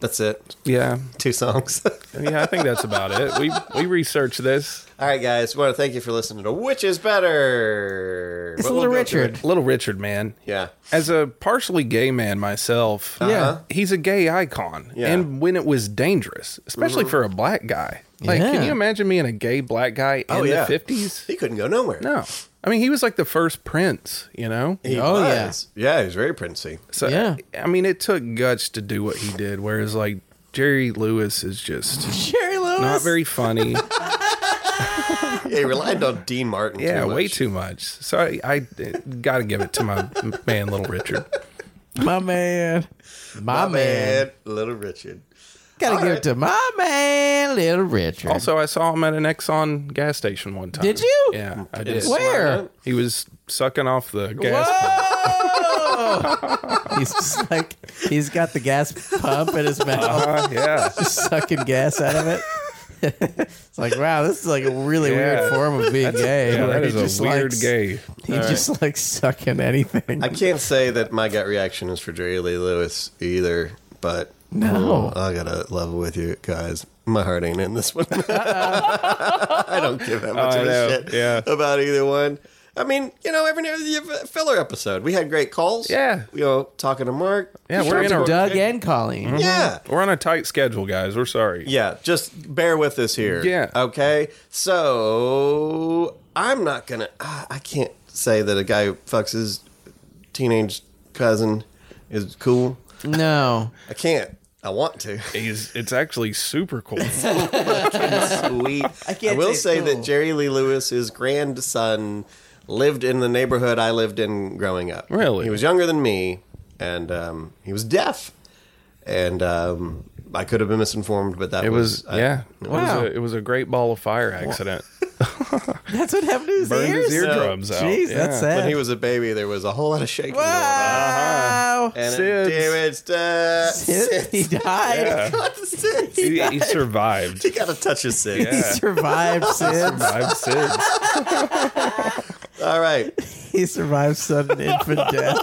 F: that's it.
E: Yeah,
F: two songs.
E: yeah, I think that's about it. We we researched this.
F: All right, guys. Want to thank you for listening to Which is Better. But we'll go through it.
E: Little Richard, man.
F: Yeah.
E: As a partially gay man myself,
F: Yeah.
E: he's a gay icon.
F: Uh-huh. Yeah.
E: And when it was dangerous, especially
F: Mhm.
E: for a black guy. Like, can
F: Yeah.
E: you imagine being a gay black guy in
F: Oh, yeah.
E: the 50s?
F: He couldn't go nowhere.
E: No. I mean, he was like the first prince, you know?
F: He was. yeah. he was very princey.
E: So, yeah. I mean, it took guts to do what he did, whereas, like, Jerry Lewis is just
G: Jerry Lewis.
E: not very funny.
F: Yeah, he relied on Dean Martin.
E: yeah,
F: too much.
E: way too much. So I, I got to give it to my man, Little Richard.
G: My man. My,
F: My
G: Ah, man.
F: man, Little Richard.
G: Gotta
F: All
G: give
F: right.
G: it to my man, Little Richard.
E: Also, I saw him at an Exxon gas station one time.
G: Did you?
E: Yeah, I
G: In
E: did.
G: Where?
E: He was sucking off the gas.
G: he's just like he's got the gas pump in his mouth.
E: Uh-huh, yeah.
G: Just sucking gas out of it. it's like wow, this is like a really
E: Yeah.
G: weird form of being
E: That's a-
G: gay.
E: yeah,
G: where
E: that
G: he
E: is a weird gay.
G: He
F: All right.
G: just like sucking anything.
F: I can't say that my gut reaction is for Jerry Lee Lewis either, but
G: No.
F: Oh, I gotta level with you guys. My heart ain't in this one. I don't give that much
E: I
F: of
E: know,
F: a shit
E: yeah.
F: about either one. I mean, you know, every now and then you have a filler episode. We had great calls. Yeah, you know, talking to Mark.
E: Yeah, we're Mm-hmm. in a
G: Doug and Colleen.
F: Yeah,
E: we're on a tight schedule, guys. We're sorry.
F: Yeah, just bear with us here.
E: Yeah.
F: Okay. So I'm not gonna. ah, I can't say that a guy who fucks his teenage cousin is cool.
G: No,
F: I can't. I want to.
E: He's, it's actually super cool.
F: Sweet. I,
G: can't
F: will
G: say
F: say,
G: cool.
F: that Jerry Lee Lewis's grandson lived in the neighborhood I lived in growing up.
E: Really?
F: He was younger than me, and um, he was deaf, and um, I could have been misinformed, but that
E: It was,
F: I-
E: yeah. It, was
G: Wow.
E: a, it was a great ball of fire accident.
G: that's what happened to his
E: Burned
G: ears.
E: his eardrums out.
G: Jeez,
E: Yeah.
G: that's sad.
F: When he was a baby, there was a whole lot of shaking going on.
E: Uh-huh.
G: wow.
F: And
E: Sids.
F: it damaged uh, Sids.
G: He died.
E: Yeah.
F: Got the Sids.
E: he, he survived.
F: He got a touch of Sids.
G: He
E: Yeah.
G: survived SIDS.
E: survived SIDS.
F: All right.
G: He survived sudden infant death.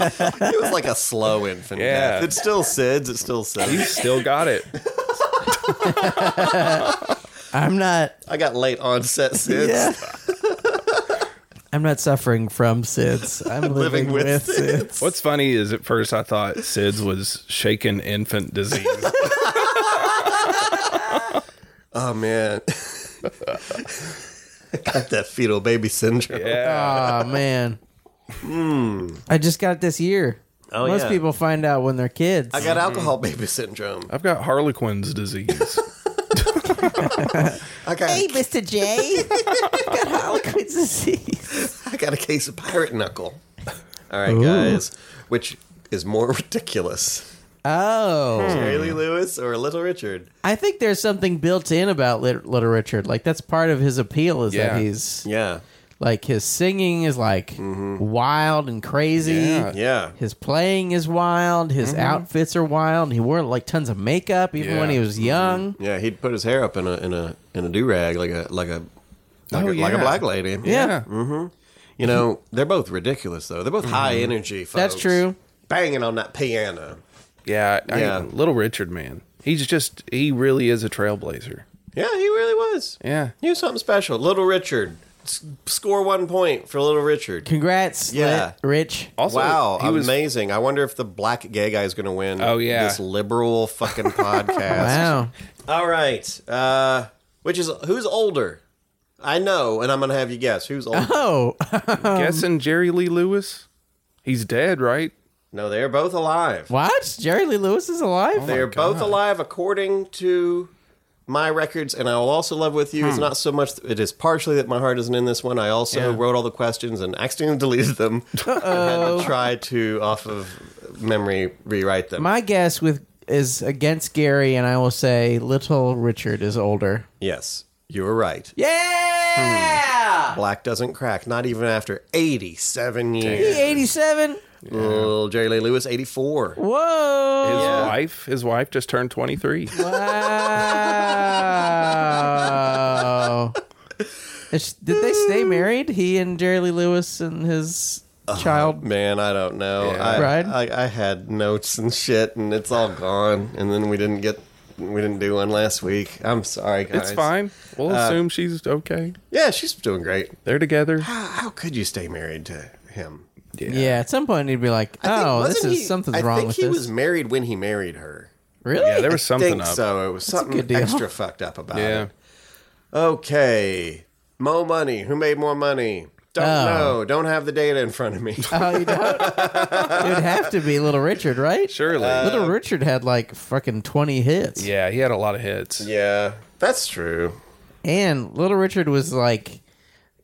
F: It was like a slow infant
E: Yeah.
F: death. It's still Sids. It's still
E: He
F: Sids.
E: still got it.
G: I'm not.
F: I got late onset Sids.
G: Yeah. I'm not suffering from SIDS. I'm living, with, SIDS.
E: What's funny is at first I thought SIDS was shaken infant disease.
F: Oh, man. got that fetal baby syndrome.
E: Yeah.
G: Oh man. I just got it this year.
F: Hmm. Oh,
G: Most
F: yeah.
G: people find out when they're kids.
F: I got alcohol baby syndrome.
E: I've got Harlequin's disease.
F: I got,
G: Mr. J. got Harlequin's disease.
F: I got a case of pirate knuckle. All right, guys. Which is more ridiculous?
G: Oh.
F: Jerry Lee
E: Hmm.
F: Lewis or Little Richard?
G: I think there's something built in about Lit- Little Richard. Like that's part of his appeal is
E: Yeah.
G: that he's
F: Yeah.
G: like his singing is like wild and crazy.
E: Yeah.
F: Mm-hmm. Yeah. Mm-hmm.
G: His playing is wild. His outfits are wild. He wore like tons of makeup even
E: Yeah.
G: when he was young.
F: Yeah, he'd put his hair up in a in a in a do rag like a like a like,
E: Oh,
F: a, like a
E: yeah.
F: black lady.
G: Yeah.
F: You know, they're both ridiculous though. They're both
E: Mm-hmm.
F: high energy. Folks.
G: That's true.
F: Banging on that piano.
E: Yeah, I,
F: Yeah.
E: Little Richard, man, he's just he really is a trailblazer.
F: Yeah, he really was.
E: Yeah,
F: He was something special. Little Richard. S- score one point for Little Richard.
G: Congrats,
F: Yeah.
G: Lit- Rich.
E: Also,
F: wow,
E: he was-
F: amazing. I wonder if the black gay guy is going to win
E: Oh, yeah.
F: this liberal fucking podcast.
G: Wow.
F: All right. Uh, which is who's older? I know, and I'm going to have you guess who's older.
G: Oh,
E: guessing Jerry Lee Lewis, he's dead, right?
F: no, they're both alive.
G: what? Jerry Lee Lewis is alive?
F: They are both alive according to my records, and I will also love with
G: Hmm.
F: you. It's not so much; it is partially that my heart isn't in this one. I also wrote all the questions and accidentally deleted them and had to try to, off of memory, rewrite them.
G: My guess with is against Gary, and I will say Little Richard is older.
F: yes, you were right.
G: Yeah.
F: Black doesn't crack, not even after eighty-seven years.
G: He 87.
F: Little Jerry Lee Lewis, eighty-four.
E: His
G: Whoa.
E: wife, his wife just turned twenty three.
G: Wow. Is- Did they stay married? He and Jerry Lee Lewis and his
F: Uh-huh.
G: child.
F: Man, I don't know.
G: Yeah.
F: I,
G: Bride?
F: I I had notes and shit, and it's all gone. And then we didn't get we didn't do one last week. I'm sorry, guys.
E: It's fine. We'll
F: Uh,
E: assume she's okay.
F: Yeah, she's doing great.
E: They're together.
F: How, how could you stay married to him?
G: Yeah. at some point he'd be like,
F: I think-
G: "Oh, this
F: wasn't
G: is
F: he-
G: something's
F: I
G: wrong
F: think
G: with
F: he
G: this."
F: was married when he married her.
G: Really? Yeah, there was
F: I
E: something
F: think
E: up.
F: So it was
G: That's a good
F: something
G: deal.
F: extra fucked up about
E: Yeah.
F: it. Okay, Mo money. Who made more money? Don't
G: Oh.
F: know. Don't have the data in front of me.
G: Oh, you don't? it would have to be Little Richard, right?
E: Surely.
G: Little Richard had like fucking twenty hits,
E: Yeah, he had a lot of hits.
F: yeah, that's true.
G: and Little Richard was like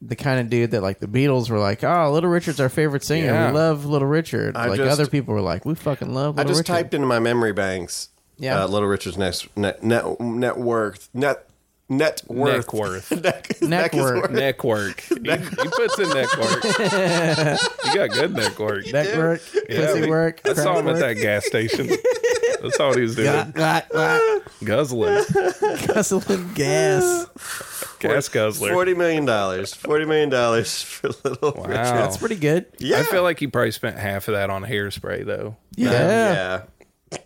G: the kind of dude that like the Beatles were like, "Oh, Little Richard's our favorite singer.
E: Yeah.
G: We love Little Richard."
F: I
G: like
F: just-
G: other people were like, "We fucking love."
F: I
G: Little
F: just
G: Richard.
F: typed into my memory banks.
G: Yeah.
F: Uh, Little Richard's next net net net worth net net worth
E: Neck worth.
F: neck,
G: Neck
F: is
G: work.
E: neck work. He, he puts in neck work. you got good neck work.
G: neck work,
E: Yeah,
G: pussy
E: we-
G: work.
E: I saw
G: crack
E: him
G: work.
E: at that gas station. That's all he was doing.
G: Glah, glah, glah.
E: Guzzling.
G: Guzzling gas.
E: Gas guzzler.
F: Forty million dollars. Forty million dollars for little
E: wow.
F: Richard.
G: That's pretty good.
F: Yeah.
E: I feel like he probably spent half of that on hairspray, though.
G: Yeah.
F: yeah.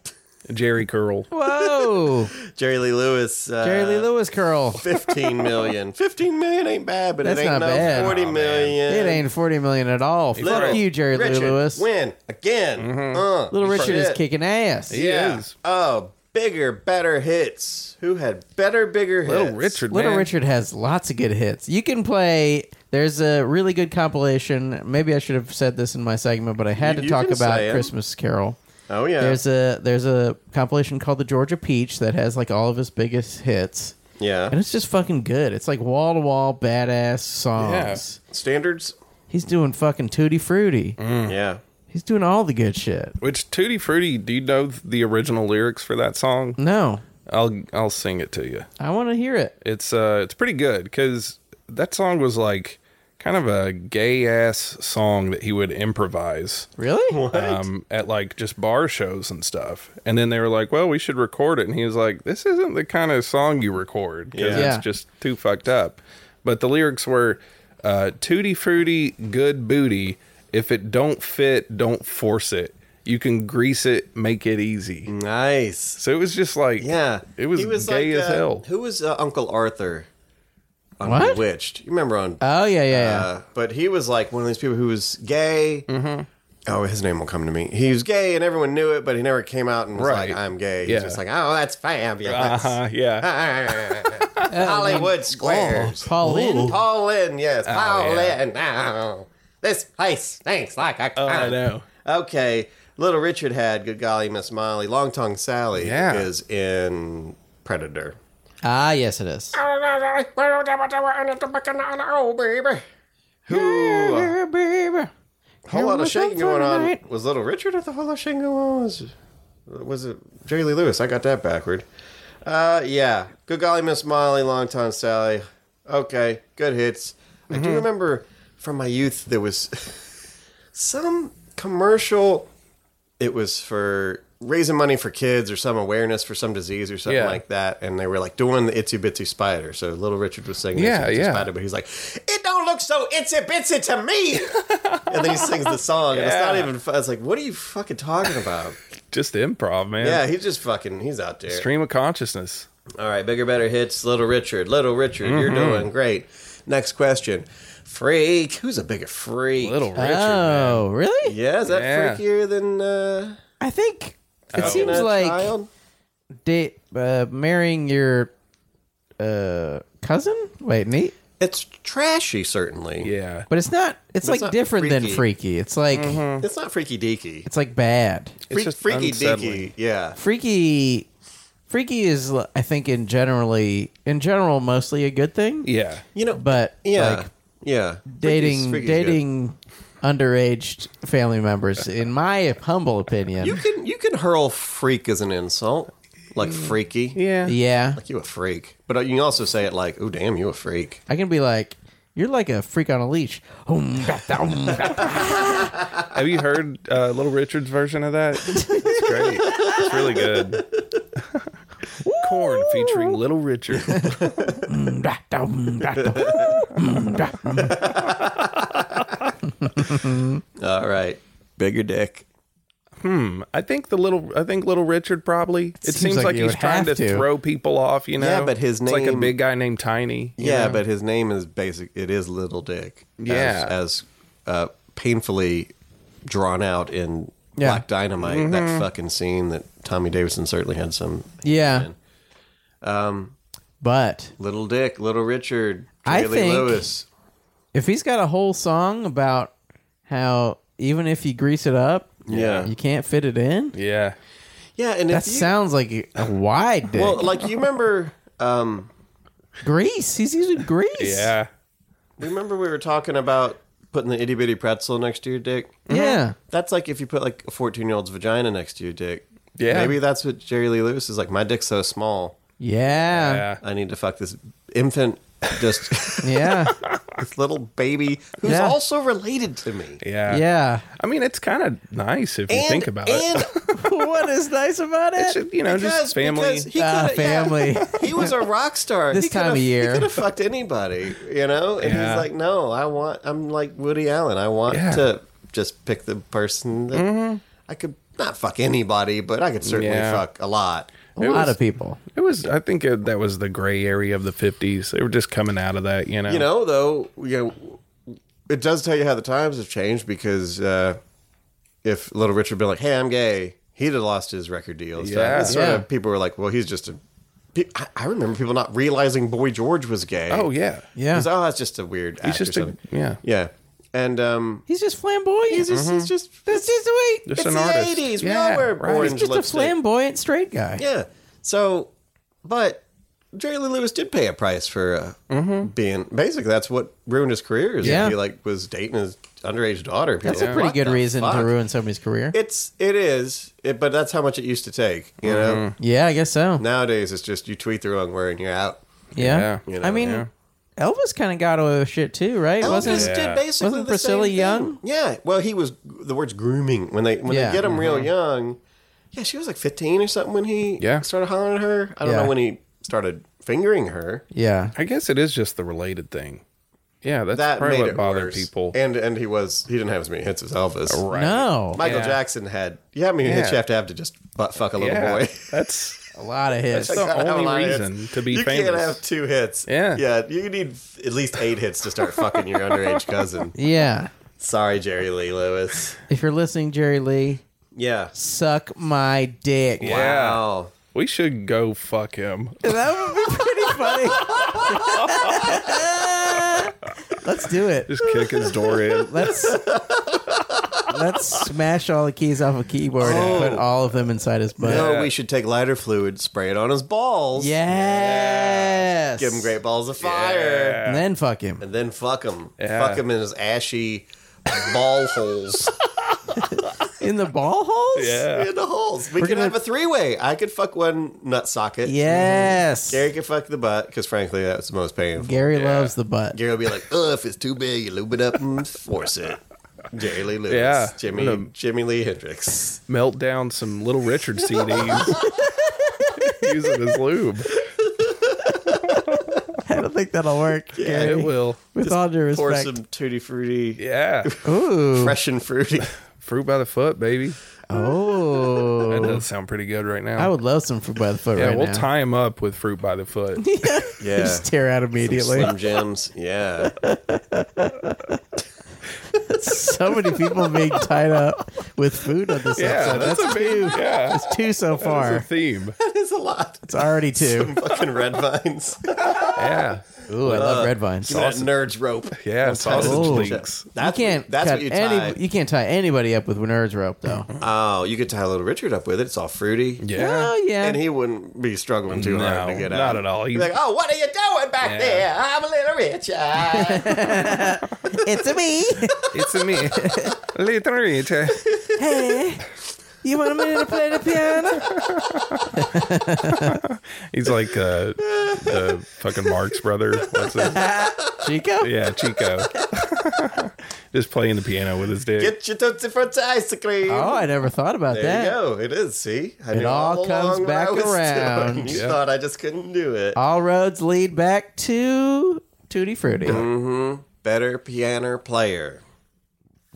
E: Jerry Curl.
G: Whoa.
F: Jerry Lee Lewis. Uh,
G: Jerry Lee Lewis curl.
F: 15 million. 15 million ain't bad, but
G: That's
F: it ain't
G: not
F: no
G: bad.
F: forty
G: Aw,
F: million.
G: It ain't forty million at all. Fuck
F: Little
G: you, Jerry Lee
F: Richard,
G: Lewis.
F: Win again.
E: Mm-hmm.
F: Uh,
G: Little Richard is
F: shit.
G: kicking ass.
E: He
F: Yeah.
E: is.
F: Oh, bigger, better hits. Who had better, bigger hits?
E: Little Richard,
G: Little
E: man.
G: Richard has lots of good hits. You can play. There's a really good compilation. Maybe I should have said this in my segment, but I had
F: You-
G: to
F: you
G: talk
F: can
G: about
F: say it.
G: Christmas Carol.
F: Oh yeah.
G: There's a there's a compilation called the Georgia Peach that has like all of his biggest hits, and
F: yeah.
G: it's just fucking good. It's like wall to wall badass songs.
F: Standards.
G: He's doing fucking tutti frutti.
F: Mm.
E: Mm.
F: Yeah.
G: He's doing all the good shit.
E: Which Tutti Frutti? Do you know the original lyrics for that song?
G: No,
E: I'll I'll sing it to you.
G: I want to hear it.
E: It's uh it's pretty good because that song was like kind of a gay ass song that he would improvise
G: Really?
E: um, at like just bar shows and stuff. And then they were like, "Well, we should record it." And he was like, "This isn't the kind of song you record because
G: Yeah. Yeah.
E: it's just too fucked up." But the lyrics were, uh, "Tutti frutti, good booty. If it don't fit, don't force it. You can grease it, make it easy."
F: Nice.
E: So it was just like,
F: Yeah.
E: it was,
F: He
E: gay
F: like,
E: as
F: uh,
E: hell.
F: Who was uh, Uncle Arthur on
G: What?
F: Bewitched? You remember on
G: Oh yeah, yeah, yeah.
F: Uh, but he was like one of these people who was gay. Mm-hmm. Oh, his name will come to me. He was gay and everyone knew it, but he never came out and was
E: Right.
F: like, I'm gay.
E: Yeah.
F: He's just like, oh, that's fabulous.
E: Uh-huh, yeah.
F: Hollywood Squares.
G: Oh, Paul Lynn.
F: Paul Lynn, yes. Paul
E: yeah.
F: Lynn. Oh, this place stinks like a
E: Oh, I
F: cunt.
E: know.
F: Okay. Little Richard had Good Golly Miss Molly. Long Tongue Sally
E: Yeah.
F: is in Predator.
G: Ah, yes, it is.
F: Oh, baby. Who? whole lot of shaking going on. Was Little Richard at the whole lot of shaking going on? Was, was it Jerry Lee Lewis? I got that backward. Uh, yeah. Good golly, Miss Molly, Long Time Sally. Okay, good hits. I
E: Mm-hmm.
F: do remember from my youth there was some commercial. It was for raising money for kids or some awareness for some disease or something
E: Yeah.
F: like that, and they were like doing the itsy bitsy spider. So Little Richard was singing
E: Yeah,
F: "Itsy Bitsy
E: yeah.
F: Spider," but he's like, "It don't look so itsy bitsy to me." and then he sings the song, and it's not
E: Yeah.
F: even. fu- It's like, what are you fucking talking about?
E: Just improv, man.
F: yeah, he's just fucking. He's out there.
E: Stream of consciousness.
F: All right, bigger, better hits. Little Richard, Little Richard, you're
G: Mm-hmm.
F: doing great. Next question, freak. Who's a bigger freak?
E: Little Richard. man.
G: Oh, really?
F: Yeah, is that
E: Yeah.
F: freakier than uh,
G: I think it
F: than
G: seems
F: a
G: like
F: child?
G: date uh, marrying your uh, cousin. Wait, neat.
F: It's trashy, certainly.
E: Yeah.
G: But it's not. It's like
F: not
G: different than
F: freaky. Mm-hmm.
G: freaky. It's like
F: It's not freaky deaky.
G: it's like bad.
F: Freak,
E: just
F: freaky
E: unsettling.
F: deaky. Yeah.
G: Freaky, freaky is I think in generally in general mostly a good thing.
E: Yeah.
F: You know.
G: But
F: yeah.
G: like
F: yeah. Freaky's-
G: dating
F: freaky's good.
G: dating underage family members, in my humble opinion,
F: You can you can hurl freak as an insult, like
G: Mm.
F: freaky.
E: Yeah.
G: yeah,
F: Like you a freak, but uh, you can also say it like, "Oh damn, you a freak."
G: I can be like, you're like a freak on a leash.
E: Have you heard uh, Little Richard's version of that? It's great. It's really good. Corn featuring Little Richard.
F: All Uh, right.
E: Bigger dick. Hmm. I think the little. I think Little Richard probably. It,
F: seems
E: seems,
F: like
E: like,
F: you
E: he's
F: would
E: trying to,
F: have to.
E: throw people off. You know.
F: Yeah, but his
E: It's like a
F: name-
E: big guy named Tiny. you
F: Yeah,
E: know?
F: but his name is basic. It is Little Dick. as-
E: Yeah.
F: as, uh, painfully drawn out in
G: Yeah.
F: Black Dynamite, that
G: Mhm.
F: fucking scene that Tommy Davidson certainly had some.
G: Yeah.
F: Um,
G: but
F: Little Dick, Little Richard,
G: I
F: Jerry Lee
G: think-
F: Lewis.
G: If he's got a whole song about how even if you grease it up,
F: Yeah.
G: you can't fit it in.
E: Yeah.
F: Yeah, and
G: that
F: if you-
G: sounds like a wide dick.
F: Well, like you remember, um,
G: grease. He's using grease.
E: Yeah.
F: Remember we were talking about putting the itty bitty pretzel next to your dick?
G: Yeah.
F: That's like if you put like a 14 year old's vagina next to your dick.
G: Yeah.
F: Maybe that's what Jerry Lee Lewis is like. My dick's so small.
G: Yeah. Yeah.
F: I need to fuck this infant, just.
G: yeah.
F: this little baby who's
E: Yeah.
F: also related to me.
E: Yeah.
G: Yeah.
E: I mean, it's kind of nice if
F: And-
E: you think about it.
G: what is nice about it?
E: It's, you know, just family.
F: he
G: Ah,
F: coulda- yeah.
G: family.
F: he was a rock star.
G: This
F: He coulda-
G: time of
F: He
G: year.
F: could have fucked anybody, you know? And
G: Yeah.
F: he's like, no, I want, I'm like Woody Allen. I want
G: Yeah.
F: to just pick the person that
G: Mm-hmm.
F: I could not fuck anybody, but I could certainly
E: Yeah.
F: fuck a lot.
E: It was-
G: people.
E: It was. I think it, that was the gray area of the fifties. They were just coming out of that. You know.
F: You know, though, you know, it does tell you how the times have changed because uh, if Little Richard had been like, "Hey, I'm gay," he'd have lost his record deal. and stuff.
E: Yeah.
F: It's sort
E: Yeah.
F: of people were like, "Well, he's just a." pe- I- I remember people not realizing Boy George was gay.
E: Oh, yeah. Yeah.
F: He's, oh, that's just a weird.
E: He's
F: act or
E: just a-
F: something."
E: yeah.
F: yeah, and um,
G: He's just flamboyant.
F: He's just- he's Mhm. just. That's
G: just the way.
F: Just It's an the artist. 80s. We all wear orange
G: He's just
F: lipstick.
G: a flamboyant straight guy.
F: yeah. So, but Jerry Lee Lewis did pay a price for uh, being basically that's what ruined his career. Is
G: Mm-hmm. Yeah.
F: he like was dating his underage daughter?
G: That's
F: People
G: a
F: were
G: pretty
F: like,
G: good
F: "What the
G: reason
F: fuck?"
G: to ruin somebody's career.
F: It's it is, it, but that's how much it used to take. You know.
G: Yeah, I guess so.
F: Nowadays, it's just you tweet the wrong word and you're out.
G: Yeah.
F: You know?
G: I mean, Elvis kind of got away with shit too, right?
F: Elvis
G: wasn't
F: did basically
G: wasn't
F: the
G: Priscilla
F: same thing.
G: Young?
F: Yeah. Well, he was the words grooming when they when
G: Yeah.
F: they get him real
G: Mhm.
F: young. Yeah, she was like 15 or something when he
E: Yeah.
F: started hollering at her. I don't
E: Yeah.
F: know when he started fingering her.
G: Yeah.
E: I guess it is just the related thing. Yeah, that's probably what bothered people.
F: And and he was he didn't have as many hits as Elvis.
E: Right. No.
F: Michael
E: Yeah.
F: Jackson had. Yeah, I mean, hits
E: Yeah.
F: you have to have to just butt fuck a little
E: Yeah,
F: boy.
E: That's
G: a lot of
E: hits. That's the only reason to be
F: you
E: famous.
F: can't have two hits. Yeah, yeah. You need at least eight hits to start fucking your underage cousin.
G: Yeah.
F: Sorry, Jerry Lee Lewis.
G: If you're listening, Jerry Lee,
F: Yeah.
G: suck my dick.
F: Wow.
E: We should go fuck him.
G: That would be pretty funny. Let's do it.
E: Just kick his door in.
G: Let's let's smash all the keys off a keyboard
F: Oh.
G: and put all of them inside his butt.
F: no, we should take lighter fluid, spray it on his balls.
G: Yes.
F: Give him great balls of fire.
G: And then fuck him.
F: And then fuck him.
G: Yeah.
F: Fuck him in his ashy ball holes.
G: In the ball holes?
F: In the holes. We
G: We're
F: could
G: gonna-
F: have a three way. I could fuck one nut socket.
G: Yes.
F: Gary could fuck the butt because, frankly, that's the most painful.
G: Gary loves the butt.
F: Gary will be like, "Ugh, if it's too big, you lube it up and force it." Jerry Lee Lewis,
E: Yeah.
F: Jimmy,
E: Little-
F: Jimmy Lee Hendrix.
E: Melt down some Little Richard CDs. Use it as lube.
G: I don't think that'll work.
E: Yeah,
G: Gary.
E: it will.
G: With all due
F: Pour
G: respect.
F: some tutti frutti.
E: Yeah.
G: Ooh.
F: Fresh and fruity.
E: Fruit by the foot, baby.
G: Oh.
E: That does sound pretty good right now.
G: I would love some fruit by the foot
E: yeah,
G: right
E: we'll
G: now.
E: tie him up with fruit by the foot.
F: Yeah.
G: Just tear out immediately.
F: Some Slim Jims. Yeah.
G: so many people being tied up with food on this
F: Yeah,
G: episode.
F: that's
G: That's,
F: a
G: two.
F: big- yeah.
G: That's two so far.
E: theme.
F: That is a lot.
G: It's already two.
F: Some fucking red vines.
E: yeah.
G: Ooh, I love red vines.
F: Give me that nerd's rope.
E: Yeah,
F: Don't tie this
G: sausage
F: bullshit.
E: links.
F: That's
G: you can't.
F: That's
G: cut
F: what you tie.
G: Any, you can't tie anybody up with nerd's rope though.
F: Oh, you could tie Little Richard up with it. It's all fruity.
E: Yeah.
G: Well, yeah.
F: And he wouldn't be struggling too hard to
E: No,
F: get out.
E: not at all.
F: He's
E: He's-
F: like, oh, what are you doing back
E: Yeah.
F: there? I'm a little Ah, Richard.
G: it's a me.
E: It's a me. Little Richard.
G: hey, you want me to play the piano?
E: He's like uh, the fucking Marx brother. What's his
G: Chico.
E: Yeah, Chico. Just playing the piano with his dick.
F: Get your Tootsie Frutti ice cream.
G: Oh, I never thought about
F: there
G: that.
F: you go. It is. See, I
G: It
F: knew
G: all
F: along
G: comes
F: what
G: back
F: I was doing.
G: around. Oh.
F: You
G: Yeah.
F: thought I just couldn't do it.
G: All roads lead back to Tutti Frutti.
F: Mm-hmm. Better piano player.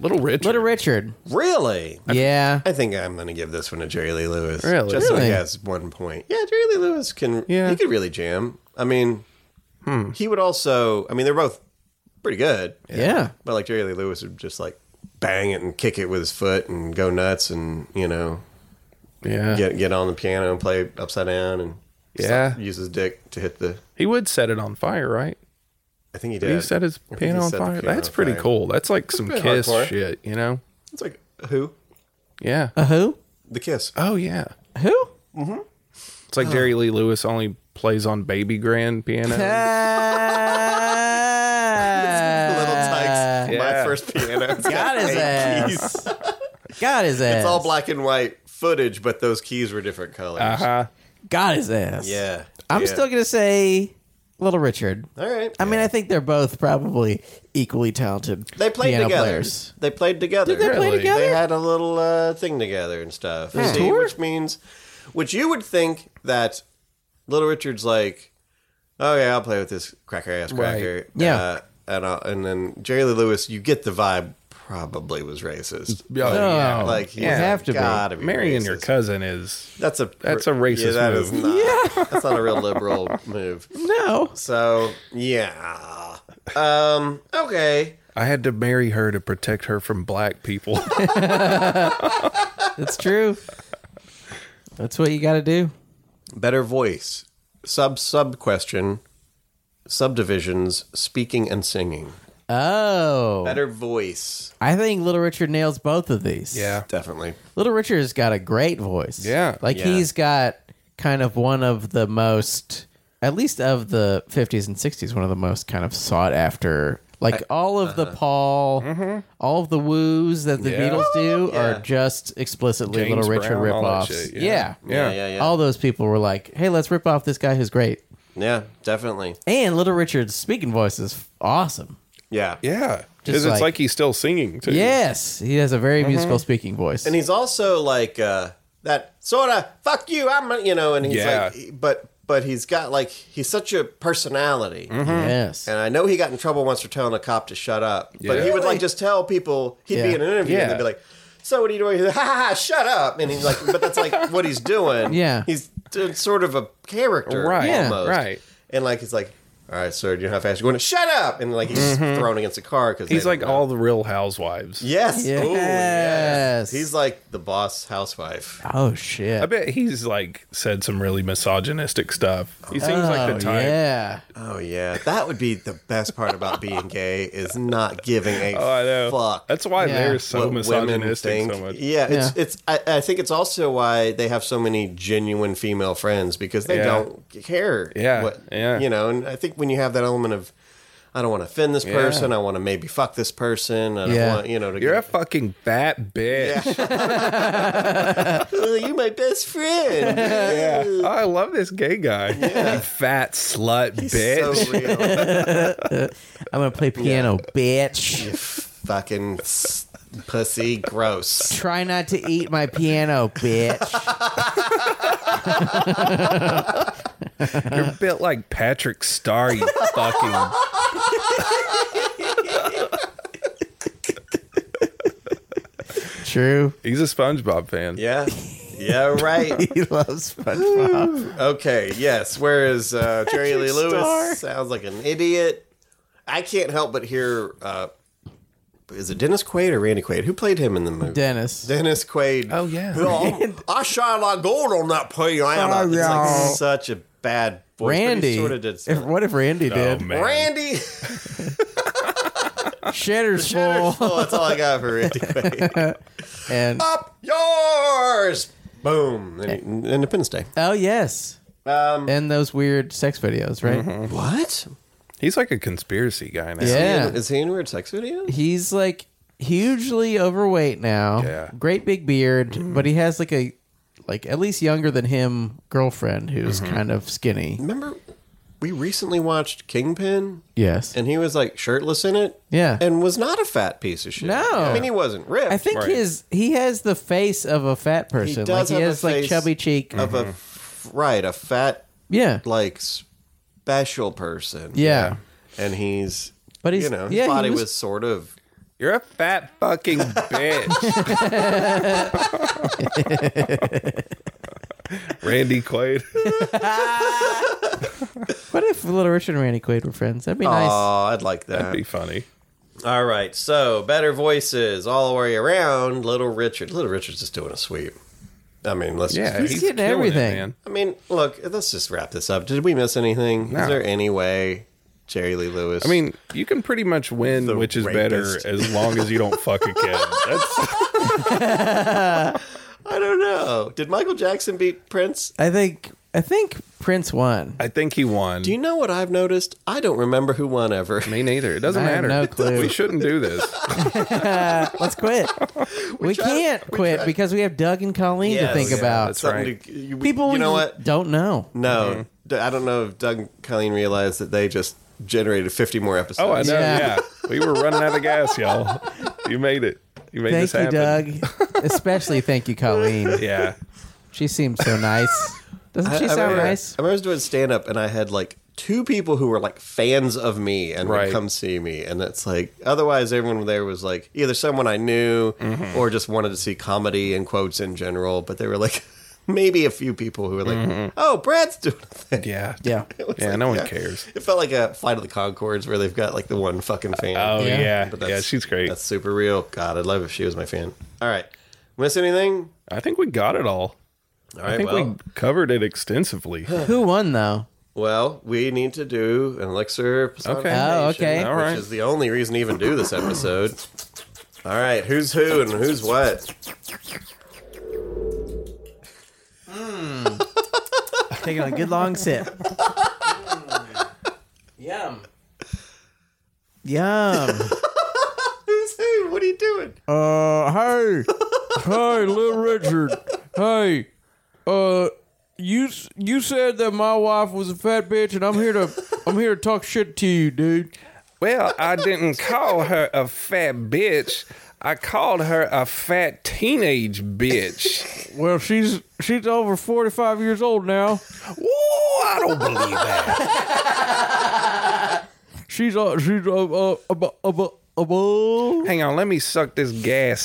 E: Little Richard.
G: Little Richard.
F: Really?
G: yeah.
F: I think I'm going to give this one to Jerry Lee Lewis.
G: Really?
F: Just so
G: Really?
F: he has one point. Yeah, Jerry Lee Lewis can. Yeah. He could really jam. I mean, he would also. I mean, they're both pretty good.
G: Yeah.
F: But like Jerry Lee Lewis would just like bang it and kick it with his foot and go nuts and you know,
E: Yeah.
F: get get on the piano and play upside down and
E: Yeah.
F: slap- use his dick to hit the.
E: He would set it on fire, right?
F: I think he did.
E: He set his
F: I think he
E: piano on
F: set the
E: fire.
F: piano
E: That's
F: on
E: pretty
F: fire.
E: cool. That's like
F: That's
E: some
F: pretty
E: kiss
F: hardcore. Uh.
E: shit, you know?
F: It's like who
E: Yeah.
G: A Uh, who?
F: the kiss.
E: Oh yeah.
G: Who?
E: It's like
F: Oh.
E: Jerry Lee Lewis only plays on baby grand piano.
G: Uh,
F: Little Tykes,
E: yeah.
F: my first piano. It's
G: Got his
F: eight
G: ass.
F: keys.
G: Got his ass.
F: It's all black and white footage, but those keys were different colors.
E: huh.
G: Got his ass.
F: Yeah.
G: I'm
F: Yeah.
G: still gonna say Little Richard.
F: All right.
G: I mean, I think they're both probably equally talented.
F: They played
G: piano
F: together.
G: Players.
F: They played together.
G: Did they play Really? together?
F: They had a little uh, thing together and stuff.
G: Yeah.
F: See,
G: Tour?
F: which means, which you would think that Little Richard's like, oh yeah, I'll play with this cracker ass cracker.
G: Right. Yeah.
F: Uh, and I'll, and then Jerry Lee Lewis, you get the vibe probably was racist.
E: Oh,
F: like,
E: yeah.
F: like he's
E: Yeah. Have to be.
F: gotta be.
E: Oh. Marrying
F: racist.
E: your cousin is
F: That's a
E: That's a racist
F: Yeah, that
E: move.
F: is not. That's not a real liberal move.
G: No.
F: So yeah. Um. Okay.
E: I had to marry her to protect her from black people.
G: That's true. That's what you got to do.
F: better voice sub sub question subdivisions speaking and singing
G: Oh,
F: better voice
G: I think Little Richard nails both of these.
F: definitely
G: Little Richard's got a great voice.
E: Yeah.
G: Like
F: Yeah.
G: he's got kind of one of the most at least of the 50s and 60s one of the most kind of sought after like all of the Paul all of the woos that the
E: uh-huh. Mm-hmm. Yeah.
G: Beatles do
F: Yeah.
G: are just explicitly
E: James
G: Little Richard
E: Brown, all that
G: ripoffs.
E: shit,
G: Yeah.
F: yeah
E: yeah.
F: yeah yeah
G: All those people were like, "Hey, let's rip off this guy who's great."
F: yeah definitely
G: And Little Richard's speaking voice is f- awesome.
F: yeah
E: yeah.
G: Just
E: Because
G: like-
E: it's like he's still singing too.
G: Yes, he has a very
E: Mm-hmm.
G: musical speaking voice.
F: and he's also like uh that sort of fuck you i'm a-" you know and he's
E: Yeah.
F: like but but he's got like he's such a personality
G: yes.
F: and i know he got in trouble once for telling a cop to shut up but
E: Yeah.
F: he would like just tell people he'd
G: Yeah.
F: be in an interview and
E: Yeah.
F: they'd be like so what are you doing? He's like, ha ha, ha, shut up! And he's like, but that's like what he's doing.
G: Yeah.
F: he's d- sort of a character,
E: Right.
G: Yeah,
F: Almost.
E: right.
F: And like he's like, all right, sir, do you know how fast you're going? Shut up! And like he's thrown against a car because
E: Mm-hmm. He's like all the real housewives.
F: yes,
G: Yes.
F: Oh, yes. He's like the boss housewife.
G: Oh shit.
E: I bet he's like said some really misogynistic stuff. He seems like
G: Oh,
E: the type.
G: Yeah.
F: Oh yeah, that would be the best part about being gay is not giving a
E: Oh, I know.
F: fuck.
E: That's why
G: Yeah.
E: they're so
F: what women
E: misogynistic
F: think.
E: so much.
F: Yeah, it's
G: Yeah.
F: it's. I, I think it's also why they have so many genuine female friends because they
E: Yeah.
F: don't care.
E: Yeah, yeah.
F: You know, and I think when you have that element of, I don't want to offend this person. I want to maybe fuck this person. I don't
G: Yeah.
F: want you know to.
E: You're a
F: get-
E: fucking fat bitch.
F: "Oh, you're my best friend.
E: Oh, I love this gay guy. You fat slut bitch.
F: So real.
G: I'm gonna play piano, bitch.
F: Fucking s- pussy. Gross.
G: Try not to eat my piano, bitch.
E: You're built like Patrick Starr, you fucking.
G: True.
E: He's a SpongeBob fan.
F: Yeah. Yeah. Right.
G: He loves SpongeBob.
F: Okay, yes. Whereas uh, Jerry Lee Lewis sounds like an idiot. I can't help but hear. Uh, is it Dennis Quaid or Randy Quaid? Who played him in the movie?
G: Dennis.
F: Dennis Quaid.
E: Oh, yeah.
F: Who all- I shine like gold on that piano.
G: Oh,
F: It's
G: yeah.
F: like such a bad voice. but he
G: Randy.
F: Sort of did.
G: If, what if Randy
E: Oh
G: did?
E: man.
F: Randy.
G: Shitter's
F: Shitter's
G: full.
F: full. Oh, That's all I got for Randy Quaid.
G: And
F: Up yours. Boom. And he- Independence Day. Um,
G: oh yes. and those weird sex videos, right?
F: Mm-hmm. What?
E: He's like a conspiracy guy now.
G: Yeah.
F: Is he in weird sex videos?
G: He's like hugely overweight now.
E: Yeah.
G: Great big beard,
F: Mm-hmm.
G: but he has like
F: Mm-hmm.
G: a like at least younger than him girlfriend who's kind of skinny.
F: Remember we recently watched Kingpin.
G: Yes.
F: And he was like shirtless in it.
G: Yeah.
F: And was not a fat piece of shit.
G: No.
F: I mean, he wasn't ripped.
G: I think
F: Right.
G: his he has the face of a fat person.
F: He does
G: like he
F: have
G: has
F: a
G: like
F: face Mm-hmm.
G: chubby cheek.
F: of
E: Mm-hmm.
F: a f- right, a fat
G: Yeah.
F: like special person.
G: Yeah.
F: And he's
G: But
F: but
G: he's-
F: you know, his
G: yeah, he
F: body
G: was-
F: was, sort of
E: You're a fat fucking bitch. Randy Quaid.
G: what if Little Richard and Randy Quaid were friends? That'd be nice.
F: Oh, I'd like that.
E: That'd be funny.
F: All right, so better voices all the way around. Little Richard, Little Richard's just doing a sweep. I mean, let's
E: Yeah,
F: just,
G: he's getting
E: killing it,
G: everything.
E: man.
F: I mean, look, let's just wrap this up. Did we miss anything?
E: No.
F: Is there any way Jerry Lee Lewis?
E: I mean, you can pretty much win
F: The
E: which is
F: rapist.
E: better as long as you don't fuck a kid. That's
F: I don't know. Did Michael Jackson beat Prince?
G: I think I think Prince won.
E: I think he won.
F: Do you know what I've noticed? I don't remember who won ever.
E: Me neither. It doesn't
G: I have
E: matter.
G: no clue.
E: We shouldn't do this.
G: Let's quit. we can't quit because we have Doug and Colleen to
F: Yes.
G: think
F: Yeah,
G: about.
E: That's right.
F: To, you,
G: People Mm-hmm.
F: you know
G: we
F: what?
G: don't know.
F: No, D- I don't know if Doug and Colleen realized that they just generated 50 more episodes.
E: Oh, I know.
G: Yeah.
E: Yeah. we were running out of gas, y'all. You made it. You made this
G: Thank you,
E: happen.
G: Doug. Especially thank you, Colleen.
E: Yeah.
G: She seems so nice. Doesn't she
F: I
G: sound
F: remember,
G: nice?
F: I remember doing stand up and I had like two people who were like fans of me and
E: Right.
F: would come see me. And that's like, otherwise, everyone there was like either someone I knew
E: Mm-hmm.
F: or just wanted to see comedy and quotes in general. But they were like, maybe a few people who were like,
E: Mm-hmm.
F: oh, Brad's doing a thing.
E: Yeah.
G: Yeah.
F: It was
E: Yeah,
F: like,
E: no one cares.
F: It felt like a Flight of the Concords where they've got like the one fucking fan.
E: Oh
G: Yeah.
E: yeah.
F: But
E: Yeah,
F: that's-
E: she's great.
F: That's super real. God, I'd love if she was my fan. All right. Miss anything?
E: I think we got it all.
F: All
E: I
F: right.
E: think
F: well,
E: we covered it extensively.
G: Who won though?
F: well, we need to do an elixir. personification,
G: Oh, okay.
E: All
F: Which
E: right.
F: is the only reason to even do this episode. All right. Who's who and who's what?
G: Taking a good long sip. Yum. Yum.
F: Who's who? What are you doing?
G: Uh, hey, hey, little Richard. Hey, uh, you s- you said that my wife was a fat bitch, and I'm here to I'm here to talk shit to you, dude.
E: Well, I didn't call her a fat bitch. I called her a fat teenage bitch.
G: Well, she's she's over forty five years old now.
E: Woo, I don't believe that.
G: She's uh, she's uh, uh, abo- abo- abo-
E: Hang on, let me suck this gas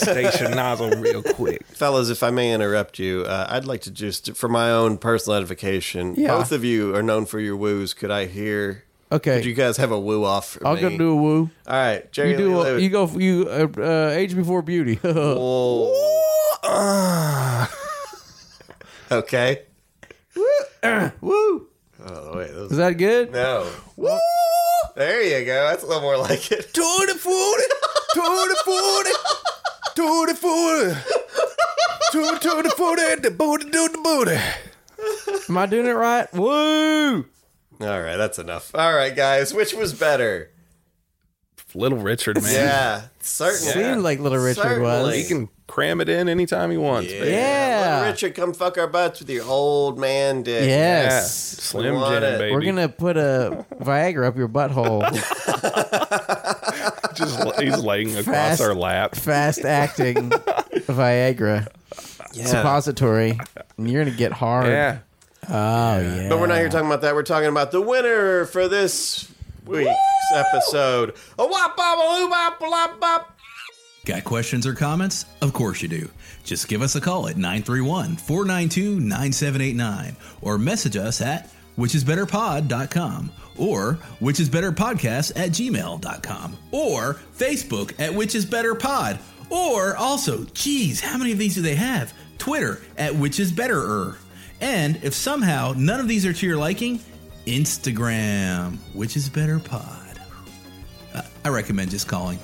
E: station nozzle real quick.
F: Fellas, if I may interrupt you, uh, I'd like to just, for my own personal edification,
G: Yeah.
F: both of you are known for your woos. Could I hear?
G: Okay.
F: Could you guys have a woo off for
G: I'm
F: me?
G: gonna do a woo.
F: All right, Jerry.
G: You do
F: Lee
G: a,
F: Lewis.
G: you go you uh, uh, age before beauty.
F: Whoa. Okay.
G: Woo!
F: Oh wait, those
G: Is that good?
F: no. There you go. That's a little more like it.
E: Tutti frutti, tutti frutti, tutti frutti, tutti tutti frutti, the booty do the booty.
G: Am I doing it right? Woo!
F: All right, that's enough. All right, guys, which was better?
E: Little Richard, man.
F: Yeah, certainly.
G: Seemed like Little Richard
F: Certainly.
E: He
G: was.
E: can cram it in anytime he wants.
F: Yeah.
E: baby.
G: Yeah.
F: Little Richard, come fuck our butts with your old man dick.
E: Yeah.
G: Yes.
E: Slim
F: We want
E: Jim,
F: it.
E: baby.
G: We're gonna put a Viagra up your butthole.
E: just la- he's laying across
G: Fast.
E: our lap.
G: Fast acting Viagra suppository. And you're gonna get hard.
E: Yeah.
G: Oh yeah.
F: But we're not here talking about that. We're talking about the winner for this week's episode. A wop bop a loo bop a lop bop.
D: Got questions or comments? Of course you do. Just give us a call at 931 492 9789 or message us at whichisbetterpod.com or whichisbetterpodcast at gmail.com or Facebook at whichisbetterpod or also, geez, how many of these do they have? Twitter at whichisbetterer. And if somehow none of these are to your liking, Instagram, which is better pod. Uh, I recommend just calling.